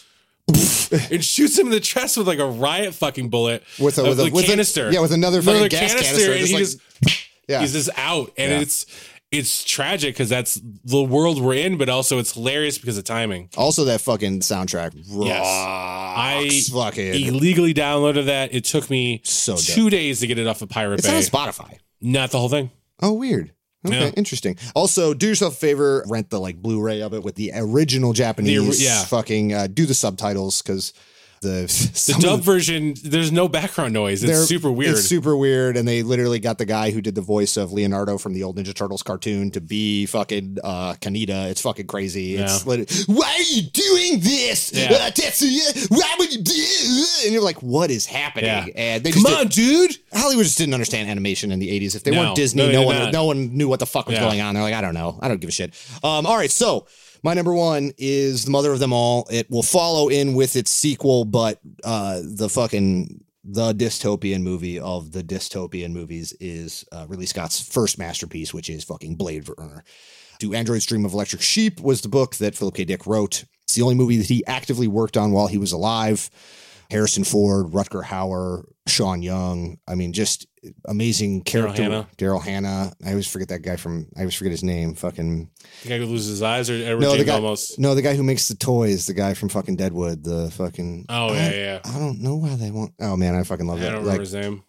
"Poof," and shoots him in the chest with like a riot fucking bullet
with a
of
with a
the
with a-
canister.
yeah, with another fucking gas canister.
and
just
he
like-
just
<sniffs> yeah,
he's just out and
Yeah.
it's it's tragic because that's the world we're in but also it's hilarious because of timing
Also, that fucking soundtrack rocks.
Yes.
I fucking.
illegally downloaded that it took me
So dope.
two days to get it off of pirate
it's
bay
on Spotify.
not the whole thing
Oh, weird. Okay,
Yeah.
interesting. Also, do yourself a favor, rent the like Blu-ray of it with the original Japanese.
The ori- yeah.
Fucking uh, do the subtitles because the <laughs>
the
some of
dub version there's no background noise it's
they're-
super weird
It's super weird, and they literally got the guy who did the voice of Leonardo from the old Ninja Turtles cartoon to be fucking uh, Kaneda. It's fucking crazy. It's lit- why are you doing this,
Yeah.
uh, Tetsuya? Why would you do? And you're like, what is happening?
Yeah.
And they
come
just
on dude
Hollywood just didn't understand animation in the 80s. If they
No.
weren't Disney,
No, they
no
did
one
not.
no one knew what the fuck was
Yeah.
going on. They're like, I don't know. I don't give a shit. Um, all right, so my number one is the mother of them all. It will follow in with its sequel, but uh, the fucking the dystopian movie of the dystopian movies is uh, Ridley Scott's first masterpiece, which is fucking Blade Runner. Do Androids Dream of Electric Sheep was the book that Philip K. Dick wrote. It's the only movie that he actively worked on while he was alive. Harrison Ford, Rutger Hauer, Sean Young. I mean, just amazing character.
Hannah.
Daryl Hannah. I always forget that guy from. I always forget his name. Fucking
the guy who loses his eyes or edward
no, the
james
guy.
almost
No, the guy who makes the toys. The guy from fucking Deadwood. The fucking.
oh yeah yeah, yeah.
I don't know why they won't. Oh man, I fucking
i
love
don't
that.
remember
Like,
his name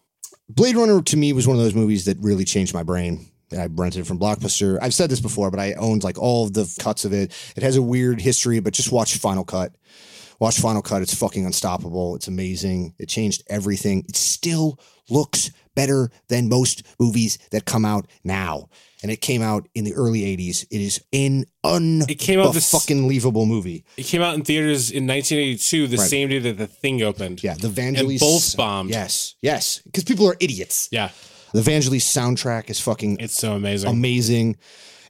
Blade Runner to me was one of those movies that really changed my brain. I rented it from Blockbuster. I've said this before, but I owned like all of the cuts of it. It has a weird history, but just watch Final Cut. Watch Final Cut. It's fucking unstoppable. It's amazing. It changed everything. It still looks better than most movies that come out now. And it came out in the early 80s. It is an un
it came out this
fucking believable movie.
it came out in theaters in 1982 the
Right.
same day that the thing opened
Yeah, the
and
Vangelis
both bombed
Yes. Yes, cuz people are idiots.
yeah
The Vangelis soundtrack is fucking
it's so amazing
amazing.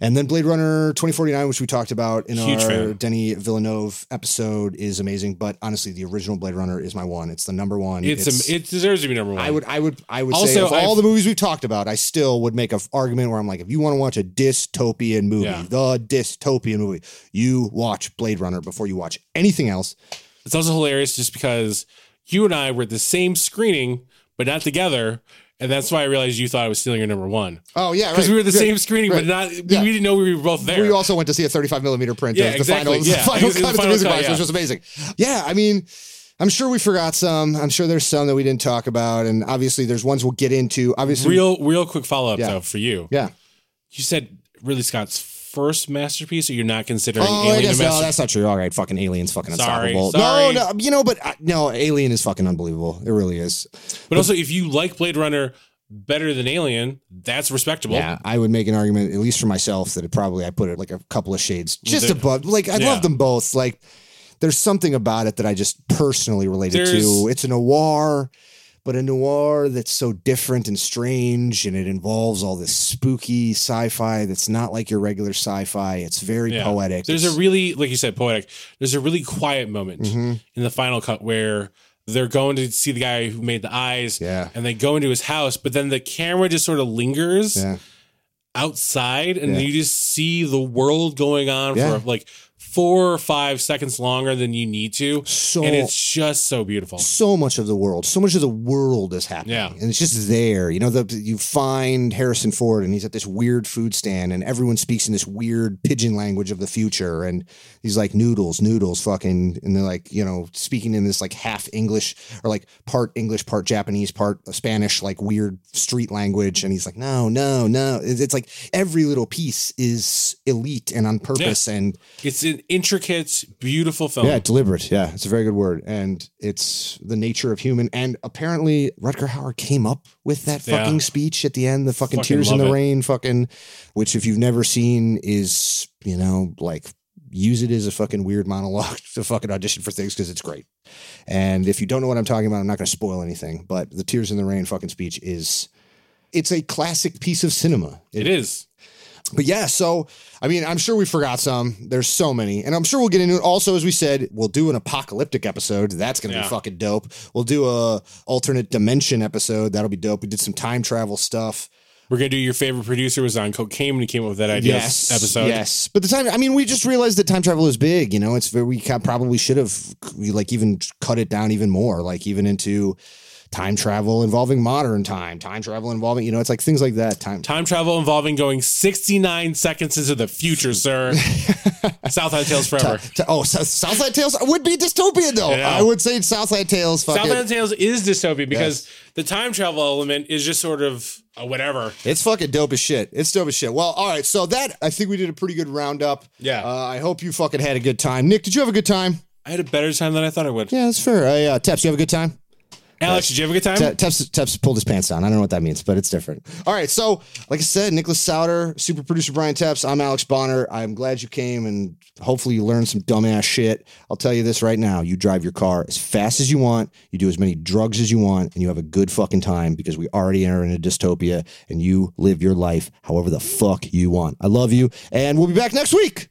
And then Blade Runner 2049, which we talked about in
Huge
our
fan.
Denny Villeneuve episode, is amazing. But honestly, the original Blade Runner is my one. It's the number one.
it's, am- it deserves to be number one
I would I would I would say
Also,
of all
I've-
the movies we've talked about, I still would make an argument where I'm like, if you want to watch a dystopian movie,
Yeah.
the dystopian movie, you watch Blade Runner before you watch anything else.
It's also hilarious just because you and I were at the same screening, but not together. And that's why I realized you thought I was stealing your number one.
Oh yeah,
Because we were at the same screening,
right.
but not we-
Yeah.
we didn't know we were both there.
We also went to see a 35 millimeter print
Yeah,
of the
exactly.
final,
Yeah.
the final
It was
cut
the
of the
final
music
cut,
box,
yeah.
which was amazing. Yeah, I mean, I'm sure we forgot some. I'm sure there's some that we didn't talk about, and obviously there's ones we'll get into. Obviously,
real, real quick follow up
Yeah.
though for you.
yeah,
You said Ridley Scott's first masterpiece, or you're not considering
Oh, I
Alien
guess
a
no,
masterpiece?
that's not true. All right, fucking Alien's fucking
Sorry,
unstoppable.
sorry.
No, no, you know, but uh, no, Alien is fucking unbelievable. It really is.
but also, if you like Blade Runner better than Alien, that's respectable.
yeah, I would make an argument, at least for myself, that it probably I put it like a couple of shades just
They're-
above. Like I
Yeah.
love them both. Like there's something about it that I just personally related
There's-
to. It's a noir, but a noir that's so different and strange, and it involves all this spooky sci-fi that's not like your regular sci-fi. It's very
Yeah.
poetic.
There's
It's-
a really, like you said, poetic. There's a really quiet moment
Mhm.
in the final cut where they're going to see the guy who made the eyes,
yeah,
and they go into his house, but then the camera just sort of lingers
yeah.
outside, and
Yeah.
you just see the world going on
Yeah.
for like four or five seconds longer than you need to,
So
and it's just so beautiful.
so much of the world, so much of the world is happening,
Yeah.
and it's just there. You know, the, you find Harrison Ford, and he's at this weird food stand, and everyone speaks in this weird pigeon language of the future, and he's like noodles, noodles, fucking, and they're like, you know, speaking in this like half English or like part English, part Japanese, part Spanish, like weird street language, and he's like, no, no, no. It's, it's like every little piece is elite and on purpose, and
It's an intricate, beautiful film.
yeah, deliberate. Yeah, it's a very good word, and it's the nature of human. And apparently, Rutger Hauer came up with that
Yeah.
fucking speech at the end, the fucking,
Fucking
tears in
love
the
it.
rain, fucking, which if you've never seen is you know like use it as a fucking weird monologue <laughs> to fucking audition for things because it's great. And if you don't know what I'm talking about, I'm not going to spoil anything. But the tears in the rain fucking speech is. It's a classic piece of cinema.
it is.
But yeah, so I mean, I'm sure we forgot some. There's so many, and I'm sure we'll get into it. Also, as we said, we'll do an apocalyptic episode. That's gonna
Yeah.
be fucking dope. We'll do a alternate dimension episode. That'll be dope. We did some time travel stuff.
We're gonna do your favorite producer was on cocaine when he came up with that idea
yes,
episode.
Yes, but the time. I mean, we just realized that time travel is big. You know, it's very, we ca- probably should have we, like even cut it down even more. Like even into time travel involving modern time, time travel involving you know, it's like things like that. Time.
Time travel involving going 69 seconds into the
<laughs>
future, sir. South Island Tales Forever.
T- oh, so Southside Tales would be dystopian though.
Yeah.
I would say Southside Tales. Fucking,
South Island Tales is dystopian because the time travel element is just sort of a whatever.
It's fucking dope as shit. It's dope as shit. Well, all right. So that I think we did a pretty good roundup.
Yeah.
Uh, I hope you fucking had a good time. Nick, did you have a good time?
I had a better time than I thought I would.
Yeah, that's fair. I, uh, Teps, you have a good time?
Alex, did you have a good time?
Te- Teps, Teps pulled his pants down. I don't know what that means, but it's different. All right. So, like I said, Nicholas Souter, super producer Brian Teps. I'm Alex Bonner. I'm glad you came and hopefully you learned some dumbass shit. I'll tell you this right now you drive your car as fast as you want, you do as many drugs as you want, and you have a good fucking time because we already are in a dystopia and you live your life however the fuck you want. I love you. And we'll be back next week.